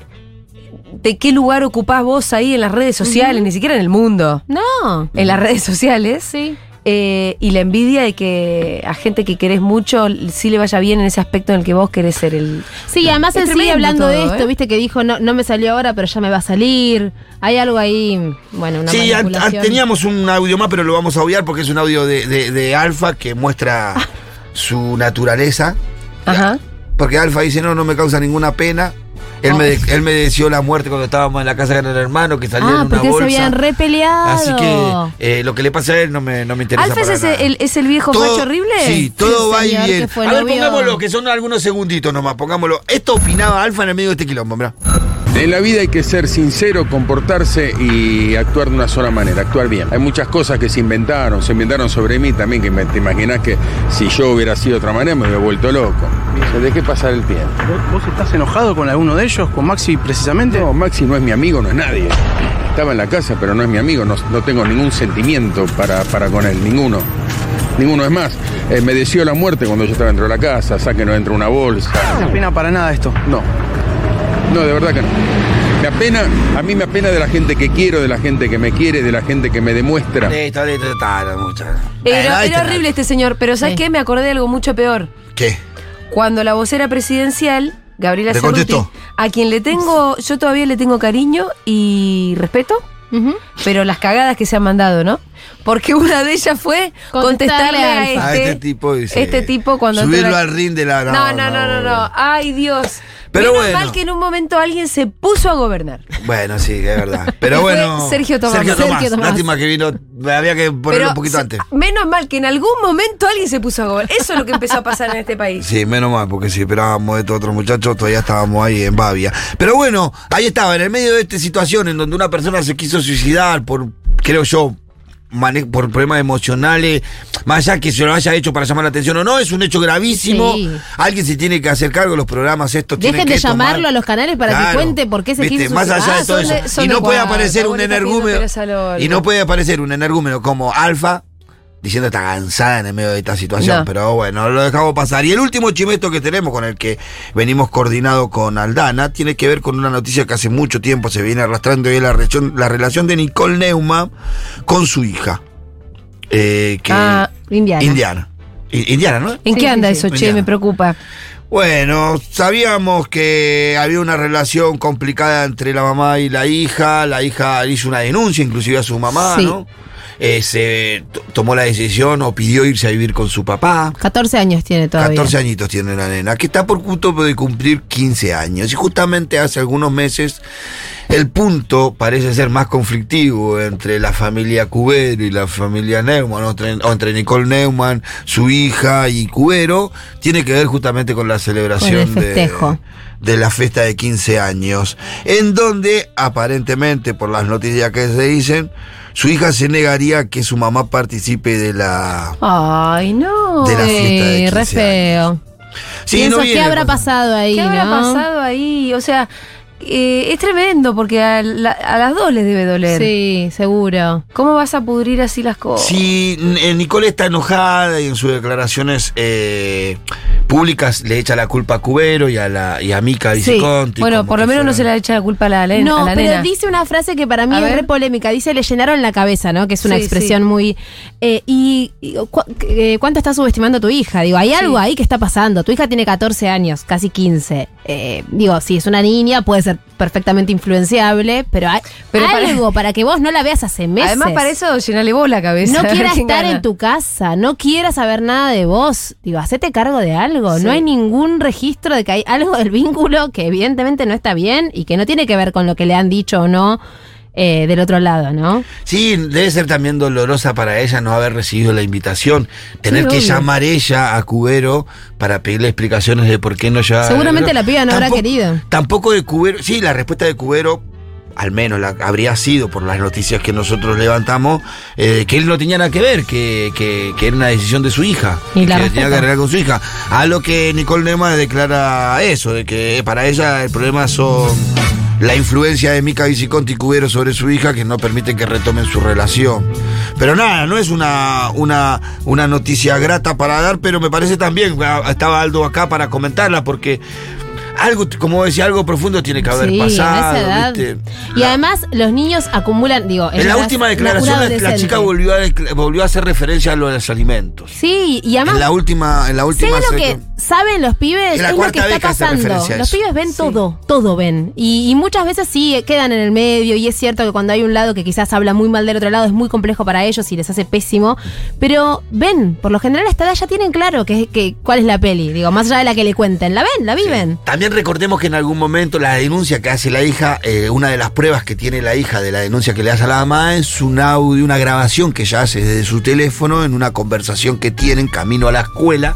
[SPEAKER 3] de qué lugar ocupás vos ahí en las redes sociales, ni siquiera en el mundo,
[SPEAKER 9] No.
[SPEAKER 3] en las redes sociales.
[SPEAKER 9] Sí.
[SPEAKER 3] eh, y la envidia de que a gente que querés mucho sí le vaya bien en ese aspecto en el que vos querés ser el,
[SPEAKER 9] Sí, además
[SPEAKER 3] Es
[SPEAKER 9] él sigue
[SPEAKER 3] tremendo
[SPEAKER 9] hablando de
[SPEAKER 3] todo,
[SPEAKER 9] esto,
[SPEAKER 3] ¿eh?
[SPEAKER 9] viste que dijo, no, no me salió ahora, pero ya me va a salir. Hay algo ahí, bueno, una
[SPEAKER 1] Sí, an- an-
[SPEAKER 9] manipulación.
[SPEAKER 1] teníamos un audio más, pero lo vamos a obviar porque es un audio de, de- de Alfa que muestra su naturaleza.
[SPEAKER 3] Ajá.
[SPEAKER 1] Porque Alfa dice, no, no me causa ninguna pena. Él,
[SPEAKER 3] Ah.
[SPEAKER 1] me, de- él me deseó la muerte cuando estábamos en la casa de el hermano, que salió
[SPEAKER 9] Ah,
[SPEAKER 1] en una
[SPEAKER 9] porque se
[SPEAKER 1] bolsa.
[SPEAKER 9] habían repeleado.
[SPEAKER 1] Así que eh, lo que le pasa a él no me, no me interesa
[SPEAKER 3] ¿Alfa es
[SPEAKER 1] para nada.
[SPEAKER 3] ese- el, es el viejo
[SPEAKER 1] Todo-
[SPEAKER 3] facho horrible?
[SPEAKER 1] Sí, todo
[SPEAKER 9] Sí,
[SPEAKER 1] va y
[SPEAKER 9] señor,
[SPEAKER 1] bien.
[SPEAKER 9] que fue
[SPEAKER 1] A ver,
[SPEAKER 9] novio.
[SPEAKER 1] pongámoslo, que son algunos segunditos nomás, pongámoslo. Esto opinaba Alfa en el medio de este quilombo, mirá.
[SPEAKER 12] En la vida hay que ser sincero, comportarse y actuar de una sola manera, actuar bien. Hay muchas cosas que se inventaron, se inventaron sobre mí también, que me- te imaginas que si yo hubiera sido de otra manera me hubiera vuelto loco. Yo dejé pasar el tiempo.
[SPEAKER 13] ¿Vos estás enojado con alguno de ellos, con Maxi precisamente?
[SPEAKER 12] No, Maxi no es mi amigo, no es nadie. Estaba en la casa, pero no es mi amigo, no, no tengo ningún sentimiento para, para con él, ninguno. Ninguno es más. eh, me deseó la muerte cuando yo estaba dentro de la casa, sáquenos dentro de una bolsa.
[SPEAKER 13] No pena para nada esto.
[SPEAKER 12] No. No, de verdad que no. Me apena, a mí me apena de la gente que quiero, de la gente que me quiere, de la gente que me demuestra.
[SPEAKER 1] Listo, listo, está, no, mucho.
[SPEAKER 3] Era,
[SPEAKER 1] Ahí
[SPEAKER 3] era
[SPEAKER 1] está.
[SPEAKER 3] horrible este señor, pero ¿sabes
[SPEAKER 9] Sí.
[SPEAKER 3] qué? Me acordé de algo mucho peor.
[SPEAKER 1] ¿Qué?
[SPEAKER 3] Cuando la vocera presidencial, Gabriela
[SPEAKER 1] Te
[SPEAKER 3] Cerruti,
[SPEAKER 1] contestó.
[SPEAKER 3] a quien le tengo, yo todavía le tengo cariño y respeto, pero las cagadas que se han mandado, ¿no? Porque una de ellas fue contestarle,
[SPEAKER 1] Contestarle
[SPEAKER 3] a,
[SPEAKER 1] a
[SPEAKER 3] este,
[SPEAKER 1] este tipo, dice,
[SPEAKER 3] este tipo cuando
[SPEAKER 1] subirlo
[SPEAKER 3] entró
[SPEAKER 1] al ring de la-
[SPEAKER 3] no
[SPEAKER 1] no,
[SPEAKER 3] no no,
[SPEAKER 1] no,
[SPEAKER 3] no, no, ay Dios.
[SPEAKER 1] Pero
[SPEAKER 3] Menos
[SPEAKER 1] bueno.
[SPEAKER 3] mal que en un momento alguien se puso a gobernar.
[SPEAKER 1] Bueno, sí, es verdad. Pero
[SPEAKER 3] Fue
[SPEAKER 1] bueno.
[SPEAKER 3] Sergio Tomás.
[SPEAKER 1] Sergio
[SPEAKER 3] Sergio
[SPEAKER 1] Tomás.
[SPEAKER 3] Tomás.
[SPEAKER 1] Lástima que vino. Había que ponerlo
[SPEAKER 3] Pero
[SPEAKER 1] un poquito
[SPEAKER 3] se-
[SPEAKER 1] antes.
[SPEAKER 3] Menos mal que en algún momento alguien se puso a gobernar. Eso es lo que empezó a pasar en este país.
[SPEAKER 1] Sí, menos mal, porque si esperábamos de estos otros muchachos, todavía estábamos ahí en Bavia. Pero bueno, ahí estaba, en el medio de esta situación en donde una persona se quiso suicidar por, creo yo, mane- por problemas emocionales, más allá que se lo haya hecho para llamar la atención o no, es un hecho gravísimo.
[SPEAKER 9] Sí.
[SPEAKER 1] Alguien se tiene que hacer cargo, los programas estos
[SPEAKER 9] Dejen
[SPEAKER 1] tienen que
[SPEAKER 9] de llamarlo
[SPEAKER 1] tomar-
[SPEAKER 9] a los canales para que
[SPEAKER 1] Claro.
[SPEAKER 9] cuente por qué se
[SPEAKER 1] Viste,
[SPEAKER 9] quiso
[SPEAKER 1] más allá
[SPEAKER 9] suicidar.
[SPEAKER 1] de todo
[SPEAKER 9] Ah, son
[SPEAKER 1] eso.
[SPEAKER 9] de- son
[SPEAKER 1] y
[SPEAKER 9] de
[SPEAKER 1] no puede
[SPEAKER 9] cuarta,
[SPEAKER 1] aparecer un
[SPEAKER 9] bonita pidiendo
[SPEAKER 1] energúmeno.
[SPEAKER 9] peras al olmo.
[SPEAKER 1] Y no puede aparecer un energúmeno como Alfa diciendo está cansada en el medio de esta situación.
[SPEAKER 3] No.
[SPEAKER 1] Pero bueno, lo dejamos pasar. Y el último chimeto que tenemos con el que venimos coordinado con Aldana tiene que ver con una noticia que hace mucho tiempo se viene arrastrando y es la, relación- la relación de Nicole Neumann con su hija. eh, que-
[SPEAKER 3] Ah, Indiana.
[SPEAKER 1] Indiana. I- Indiana, ¿no?
[SPEAKER 3] ¿En qué anda eso, che?
[SPEAKER 1] Indiana.
[SPEAKER 3] Me preocupa.
[SPEAKER 1] Bueno, sabíamos que había una relación complicada entre la mamá y la hija. La hija le hizo una denuncia inclusive a su mamá,
[SPEAKER 9] Sí.
[SPEAKER 1] ¿no? Eh, se to- tomó la decisión o pidió irse a vivir con su papá.
[SPEAKER 9] 14 años tiene todavía.
[SPEAKER 1] 14 añitos tiene la nena, que está por punto de cumplir 15 años. Y justamente hace algunos meses el punto parece ser más conflictivo entre la familia Cubero y la familia Neumann, o entre, o entre Nicole Neumann, su hija y Cubero. Tiene que ver justamente con la celebración
[SPEAKER 9] Con el festejo.
[SPEAKER 1] De, de la fiesta de 15 años, en donde aparentemente, por las noticias que se dicen, su hija se negaría a que su mamá participe de la
[SPEAKER 9] Ay, no.
[SPEAKER 1] De la fiesta de
[SPEAKER 9] Eh, re
[SPEAKER 1] 15
[SPEAKER 9] feo.
[SPEAKER 1] Sí,
[SPEAKER 9] Pienso,
[SPEAKER 1] no
[SPEAKER 9] ¿qué
[SPEAKER 1] viene
[SPEAKER 9] habrá
[SPEAKER 1] con-
[SPEAKER 9] pasado ahí?
[SPEAKER 3] ¿Qué habrá
[SPEAKER 9] no?
[SPEAKER 3] pasado ahí? O sea, eh, es tremendo porque a, la- a las dos les debe doler.
[SPEAKER 9] Sí, seguro.
[SPEAKER 3] ¿Cómo vas a pudrir así las cosas?
[SPEAKER 1] Sí, eh, Nicole está enojada y en sus declaraciones eh, públicas le echa la culpa a Cubero y a la y a Mica Viciconti.
[SPEAKER 3] Bueno,
[SPEAKER 1] como
[SPEAKER 3] por lo
[SPEAKER 1] que
[SPEAKER 3] menos no se
[SPEAKER 1] fueron-
[SPEAKER 3] le echa la culpa a la, len-
[SPEAKER 9] No,
[SPEAKER 3] a la
[SPEAKER 9] pero
[SPEAKER 3] nena.
[SPEAKER 9] dice una frase que para mí
[SPEAKER 3] A
[SPEAKER 9] es
[SPEAKER 3] ver.
[SPEAKER 9] re polémica. Dice, le llenaron la cabeza, ¿no? Que es una
[SPEAKER 3] Sí,
[SPEAKER 9] expresión
[SPEAKER 3] sí.
[SPEAKER 9] muy... eh, ¿Y, y cu- eh, cuánto está subestimando tu hija? Digo, hay algo ahí que está pasando. Tu hija tiene 14 años, casi 15. Eh, digo, si es una niña, puede ser perfectamente influenciable, pero hay
[SPEAKER 3] Pero para-
[SPEAKER 9] algo para... que vos no la veas hace meses.
[SPEAKER 3] Además, para eso llenale vos la cabeza.
[SPEAKER 9] No
[SPEAKER 3] a ver
[SPEAKER 9] quieras
[SPEAKER 3] quién
[SPEAKER 9] estar
[SPEAKER 3] gana.
[SPEAKER 9] en tu casa, no quieras saber nada de vos. Digo, hacete cargo de algo.
[SPEAKER 3] Sí.
[SPEAKER 9] No hay ningún registro de que hay algo del vínculo que evidentemente no está bien y que no tiene que ver con lo que le han dicho o no eh, del otro lado, ¿no?
[SPEAKER 1] Sí, debe ser también dolorosa para ella no haber recibido la invitación, tener
[SPEAKER 9] Sí,
[SPEAKER 1] que
[SPEAKER 9] obvio.
[SPEAKER 1] llamar ella a Cubero para pedirle explicaciones de por qué no ya.
[SPEAKER 9] Seguramente la piba no habrá querido.
[SPEAKER 1] Tampoco de Cubero, sí, la respuesta de Cubero, al menos la habría sido por las noticias que nosotros levantamos, eh, que él no tenía nada que ver, que, que- que era una decisión de su hija,
[SPEAKER 9] Y
[SPEAKER 1] que
[SPEAKER 9] la
[SPEAKER 1] tenía que
[SPEAKER 9] respeta.
[SPEAKER 1] arreglar con su hija. A lo que Nicole Neumann declara eso, de que para ella el problema son la influencia de Mica Viciconti y Cubero sobre su hija que no permiten que retomen su relación. Pero nada, no es una, una, una noticia grata para dar, pero me parece también, a- estaba Aldo acá para comentarla porque... Algo, como decía, algo profundo tiene que haber
[SPEAKER 9] Sí, en esa
[SPEAKER 1] pasado,
[SPEAKER 9] edad.
[SPEAKER 1] ¿viste?
[SPEAKER 9] Y además los niños acumulan, digo,
[SPEAKER 1] En la
[SPEAKER 9] una-
[SPEAKER 1] última
[SPEAKER 9] una- un
[SPEAKER 1] declaración, la- la
[SPEAKER 9] adolescente.
[SPEAKER 1] chica volvió a, decla- volvió a hacer referencia a lo de los alimentos.
[SPEAKER 9] Sí, y
[SPEAKER 1] En
[SPEAKER 9] además
[SPEAKER 1] la última, en la
[SPEAKER 9] Sé
[SPEAKER 1] última.
[SPEAKER 9] lo
[SPEAKER 1] se-
[SPEAKER 9] que saben los pibes,
[SPEAKER 1] En la
[SPEAKER 9] es lo
[SPEAKER 1] cuarta
[SPEAKER 9] que está
[SPEAKER 1] vez que hace
[SPEAKER 9] pasando.
[SPEAKER 1] referencia a
[SPEAKER 9] Los
[SPEAKER 1] eso.
[SPEAKER 9] pibes ven todo, todo ven. Y, y muchas veces sí eh, quedan en el medio, y es cierto que cuando hay un lado que quizás habla muy mal del otro lado, es muy complejo para ellos y les hace pésimo. Pero ven, por lo general a esta edad ya tienen claro que, que- cuál es la peli. Digo, más allá de la que le cuenten, la ven, la viven.
[SPEAKER 1] También recordemos que en algún momento la denuncia que hace la hija, eh, una de las pruebas que tiene la hija de la denuncia que le hace a la mamá es un audio, una grabación que ella hace desde su teléfono en una conversación que tienen camino a la escuela.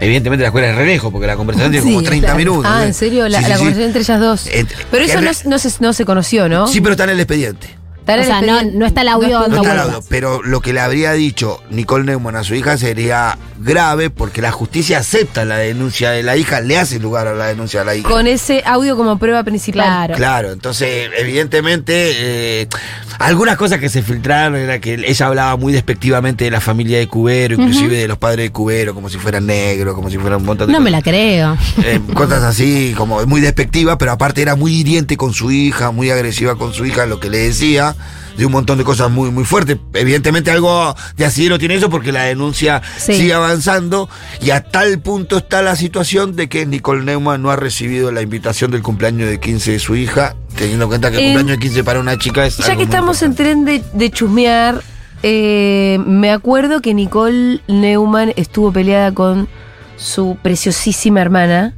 [SPEAKER 1] Evidentemente la escuela es re lejos porque la conversación tiene como
[SPEAKER 3] Sí,
[SPEAKER 1] 30
[SPEAKER 3] claro.
[SPEAKER 1] minutos.
[SPEAKER 3] Ah,
[SPEAKER 1] ¿eh?
[SPEAKER 3] ¿en serio? La,
[SPEAKER 1] Sí, sí,
[SPEAKER 3] la
[SPEAKER 1] sí.
[SPEAKER 3] conversación entre ellas dos.
[SPEAKER 1] Eh,
[SPEAKER 3] Pero
[SPEAKER 1] que
[SPEAKER 3] eso no,
[SPEAKER 1] re-
[SPEAKER 3] no se, no se conoció, ¿no?
[SPEAKER 1] Sí, pero está en el expediente.
[SPEAKER 3] Está en
[SPEAKER 9] O
[SPEAKER 3] el
[SPEAKER 9] sea, no,
[SPEAKER 3] expediente.
[SPEAKER 9] no está el audio dando
[SPEAKER 1] No está
[SPEAKER 9] vueltas.
[SPEAKER 1] hablando, pero lo que le habría dicho Nicole Neumann a su hija sería grave porque la justicia acepta la denuncia de la hija, le hace lugar a la denuncia de la hija.
[SPEAKER 3] Con ese audio como prueba principal.
[SPEAKER 9] Claro.
[SPEAKER 1] Claro, entonces evidentemente eh, algunas cosas que se filtraron era que ella hablaba muy despectivamente de la familia de Cubero, inclusive de los padres de Cubero, como si fueran negros, como si fueran un montón de
[SPEAKER 9] No me
[SPEAKER 1] cosas.
[SPEAKER 9] la creo.
[SPEAKER 1] Eh, cosas así, como muy despectiva, pero aparte era muy hiriente con su hija, muy agresiva con su hija, lo que le decía, de un montón de cosas muy, muy fuertes. Evidentemente algo de asidero tiene eso porque la denuncia
[SPEAKER 9] Sí.
[SPEAKER 1] sigue avanzando y a tal punto está la situación de que Nicole Neumann no ha recibido la invitación del cumpleaños de 15 de su hija
[SPEAKER 14] teniendo en cuenta que el
[SPEAKER 3] Eh,
[SPEAKER 14] cumpleaños de 15 para una chica es.
[SPEAKER 3] Ya
[SPEAKER 14] algo muy
[SPEAKER 3] que estamos en tren de, de chusmear, eh, me acuerdo que Nicole Neumann estuvo peleada con su preciosísima hermana.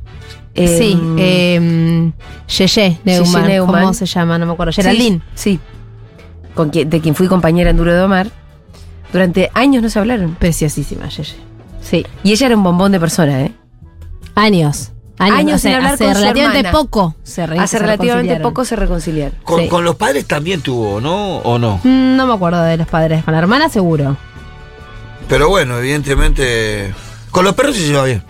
[SPEAKER 3] eh,
[SPEAKER 9] Sí, eh, Yeye Neumann,
[SPEAKER 3] Neumann.
[SPEAKER 9] ¿Cómo se llama? No me acuerdo. Geraldine.
[SPEAKER 3] Sí. sí. Con quien- de quien fui compañera en Duro de Omar. Durante años no se hablaron.
[SPEAKER 9] Preciosísima Yeye. Sí.
[SPEAKER 3] Y ella era un bombón de persona, ¿eh?
[SPEAKER 9] Años. Años,
[SPEAKER 3] Años
[SPEAKER 9] o sea,
[SPEAKER 3] sin hablar
[SPEAKER 9] hace
[SPEAKER 3] con su
[SPEAKER 9] relativamente
[SPEAKER 3] hermana.
[SPEAKER 9] poco se re-
[SPEAKER 3] Hace
[SPEAKER 9] se
[SPEAKER 3] relativamente
[SPEAKER 9] reconciliaron.
[SPEAKER 3] poco se reconciliaron.
[SPEAKER 1] Con,
[SPEAKER 9] Sí.
[SPEAKER 1] con los padres también tuvo, ¿no? ¿O no?
[SPEAKER 9] Mm, No me acuerdo de los padres. Con la hermana seguro.
[SPEAKER 1] Pero bueno, evidentemente. Con los perros sí se va bien.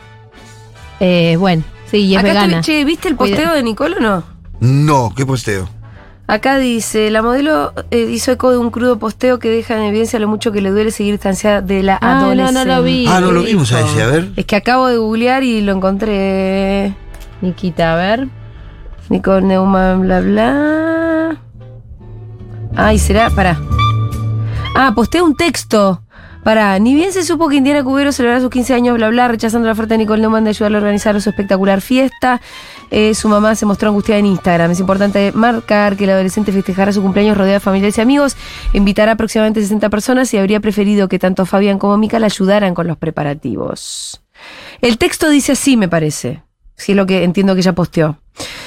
[SPEAKER 9] Eh, bueno, sí, y es
[SPEAKER 3] Acá estoy-
[SPEAKER 9] vegana.
[SPEAKER 3] che, ¿viste el
[SPEAKER 9] Cuida-
[SPEAKER 3] posteo de Nicole o no?
[SPEAKER 1] No, qué posteo.
[SPEAKER 3] Acá dice, la modelo eh, hizo eco de un crudo posteo que deja en evidencia lo mucho que le duele seguir distanciada de la
[SPEAKER 9] Ah, no, no
[SPEAKER 3] adolescencia.
[SPEAKER 9] lo vi.
[SPEAKER 1] Ah, no lo vimos a ese, a ver.
[SPEAKER 3] Es que acabo de googlear y lo encontré.
[SPEAKER 9] Nikita, a ver.
[SPEAKER 3] Nicole Neumann, bla, bla. Ay, será, pará. Ah, posté un texto. Pará, ni bien se supo que Indiana Cubero celebrará sus 15 años, bla, bla, rechazando la oferta de Nicole Neumann de ayudarle a organizar su espectacular fiesta. Eh, su mamá se mostró angustiada en Instagram. Es importante marcar que el adolescente festejará su cumpleaños rodeado de familiares y amigos. Invitará aproximadamente 60 personas y habría preferido que tanto Fabián como Mica la ayudaran con los preparativos. El texto dice así, me parece. Si es lo que entiendo que ella posteó.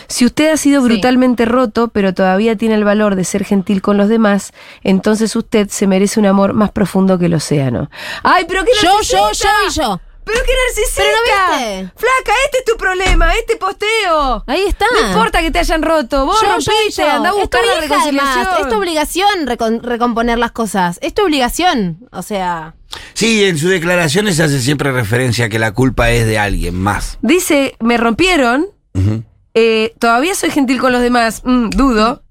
[SPEAKER 3] Si usted ha sido brutalmente roto, pero todavía tiene el valor de ser gentil con los demás, entonces usted se merece un amor más profundo que el océano. ¡Ay, pero qué
[SPEAKER 9] Yo,
[SPEAKER 3] narcisista!
[SPEAKER 9] yo, yo y yo.
[SPEAKER 3] ¡Pero qué narcisista!
[SPEAKER 9] Pero no viste.
[SPEAKER 3] ¡Flaca, este es tu problema! ¡Este posteo!
[SPEAKER 9] Ahí está.
[SPEAKER 3] No importa que te hayan roto, vos
[SPEAKER 9] Yo, yo y
[SPEAKER 3] rompiste,
[SPEAKER 9] yo.
[SPEAKER 3] andá a
[SPEAKER 9] Es tu
[SPEAKER 3] buscar la
[SPEAKER 9] hija, además.
[SPEAKER 3] reconciliación.
[SPEAKER 9] Es tu obligación recon- recomponer las cosas. Es tu obligación. O sea.
[SPEAKER 1] Sí, en sus declaraciones hace siempre referencia a que la culpa es de alguien más.
[SPEAKER 3] Dice, me rompieron,
[SPEAKER 1] Ujú.
[SPEAKER 3] eh, todavía soy gentil con los demás, mm, dudo.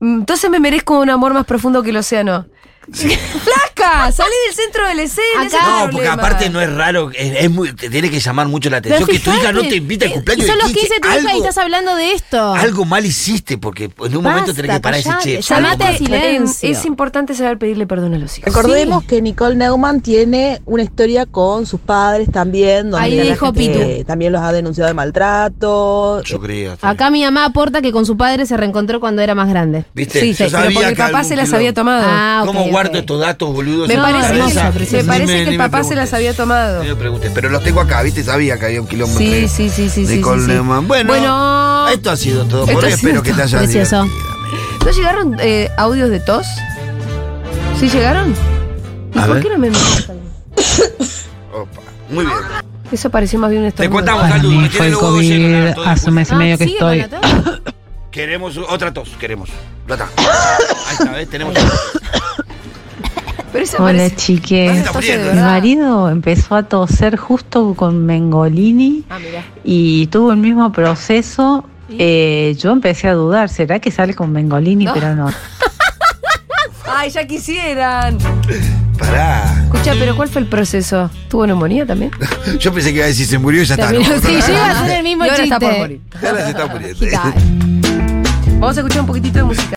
[SPEAKER 3] Mm, Entonces me merezco un amor más profundo que el océano. ¡Flaca! Salí del centro del escena. ese es tu
[SPEAKER 1] No, porque
[SPEAKER 3] problema.
[SPEAKER 1] aparte no es raro, es, es muy- te tiene que llamar mucho la atención que tu hija no te invita
[SPEAKER 3] eh,
[SPEAKER 1] al cumpleaños.
[SPEAKER 9] Y son
[SPEAKER 1] de
[SPEAKER 9] los 15
[SPEAKER 1] 15,
[SPEAKER 9] de tu hija y
[SPEAKER 1] algo-
[SPEAKER 9] estás hablando de esto.
[SPEAKER 1] Algo mal hiciste, porque en un momento tenés que parar ese che. algo mal.
[SPEAKER 3] silencio. Es importante saber pedirle perdón a los hijos.
[SPEAKER 4] Recordemos que Nicole Neumann tiene una historia con sus padres también, donde
[SPEAKER 9] Ahí
[SPEAKER 4] la
[SPEAKER 9] dijo
[SPEAKER 4] gente también los ha denunciado de maltrato.
[SPEAKER 1] Yo creía.
[SPEAKER 9] Acá mi mamá aporta que con su padre se reencontró cuando era más grande.
[SPEAKER 1] ¿Viste?
[SPEAKER 3] Sí,
[SPEAKER 1] Yo
[SPEAKER 3] sí, pero
[SPEAKER 1] sabía
[SPEAKER 3] porque el
[SPEAKER 1] que
[SPEAKER 3] papá
[SPEAKER 1] algún
[SPEAKER 3] se las
[SPEAKER 1] quilombo.
[SPEAKER 3] había tomado. eh.
[SPEAKER 9] Ah, ok,
[SPEAKER 1] ¿Cómo
[SPEAKER 9] ok.
[SPEAKER 1] guardo estos datos, boludos?
[SPEAKER 3] Me
[SPEAKER 1] en mi
[SPEAKER 3] parece,
[SPEAKER 1] cabeza?
[SPEAKER 3] que, me
[SPEAKER 1] Ni
[SPEAKER 3] parece
[SPEAKER 1] me-
[SPEAKER 3] que
[SPEAKER 1] ni
[SPEAKER 3] el
[SPEAKER 1] me
[SPEAKER 3] papá se las había tomado.
[SPEAKER 1] No me preguntes, pero los tengo acá, ¿viste? Sabía que había un quilombo
[SPEAKER 3] Sí,
[SPEAKER 1] entre
[SPEAKER 3] sí, sí, sí, sí,
[SPEAKER 1] Nicole
[SPEAKER 3] sí, sí.
[SPEAKER 1] Neumann. Bueno,
[SPEAKER 3] Bueno.
[SPEAKER 1] esto ha sido todo.
[SPEAKER 3] Esto
[SPEAKER 1] Por
[SPEAKER 3] ha
[SPEAKER 1] hoy
[SPEAKER 3] sido
[SPEAKER 1] espero que te
[SPEAKER 3] todo.
[SPEAKER 1] hayas
[SPEAKER 9] Precioso.
[SPEAKER 3] ¿No llegaron eh, audios de tos? ¿Sí llegaron? ¿Y
[SPEAKER 1] A
[SPEAKER 3] por
[SPEAKER 1] ver.
[SPEAKER 3] qué no me mandaste?
[SPEAKER 1] Muy bien.
[SPEAKER 3] Eso pareció más bien un estornudo.
[SPEAKER 1] contamos algo.
[SPEAKER 15] mí fue el COVID hace un mes y medio que
[SPEAKER 3] Ah, ¿Sigue con
[SPEAKER 15] estoy.
[SPEAKER 3] la tos?
[SPEAKER 1] Queremos otra tos, queremos. Ya está. Ahí está, ¿ves? Tenemos otra tos.
[SPEAKER 3] Pero esa
[SPEAKER 11] Hola
[SPEAKER 3] parece-
[SPEAKER 11] chiques,
[SPEAKER 3] Está poniendo,
[SPEAKER 11] mi
[SPEAKER 3] ¿verdad?
[SPEAKER 11] marido empezó a toser justo con Mengolini
[SPEAKER 3] Ah, mira.
[SPEAKER 11] y tuvo el mismo proceso. Eh, yo empecé a dudar, ¿será que sale con Mengolini?
[SPEAKER 3] No.
[SPEAKER 11] Pero no.
[SPEAKER 3] Ay, ya quisieran.
[SPEAKER 1] Pará.
[SPEAKER 3] Escucha, pero ¿cuál fue el proceso? ¿Tuvo neumonía también?
[SPEAKER 1] Yo pensé que iba a decir, se murió y ya está.
[SPEAKER 3] Terminó-
[SPEAKER 1] ¿no?
[SPEAKER 3] sí, yo iba a hacer el
[SPEAKER 9] mismo
[SPEAKER 3] Y ahora está
[SPEAKER 9] chiste.
[SPEAKER 3] por morir.
[SPEAKER 1] Ahora se está muriendo.
[SPEAKER 3] Vamos a escuchar un poquitito de música.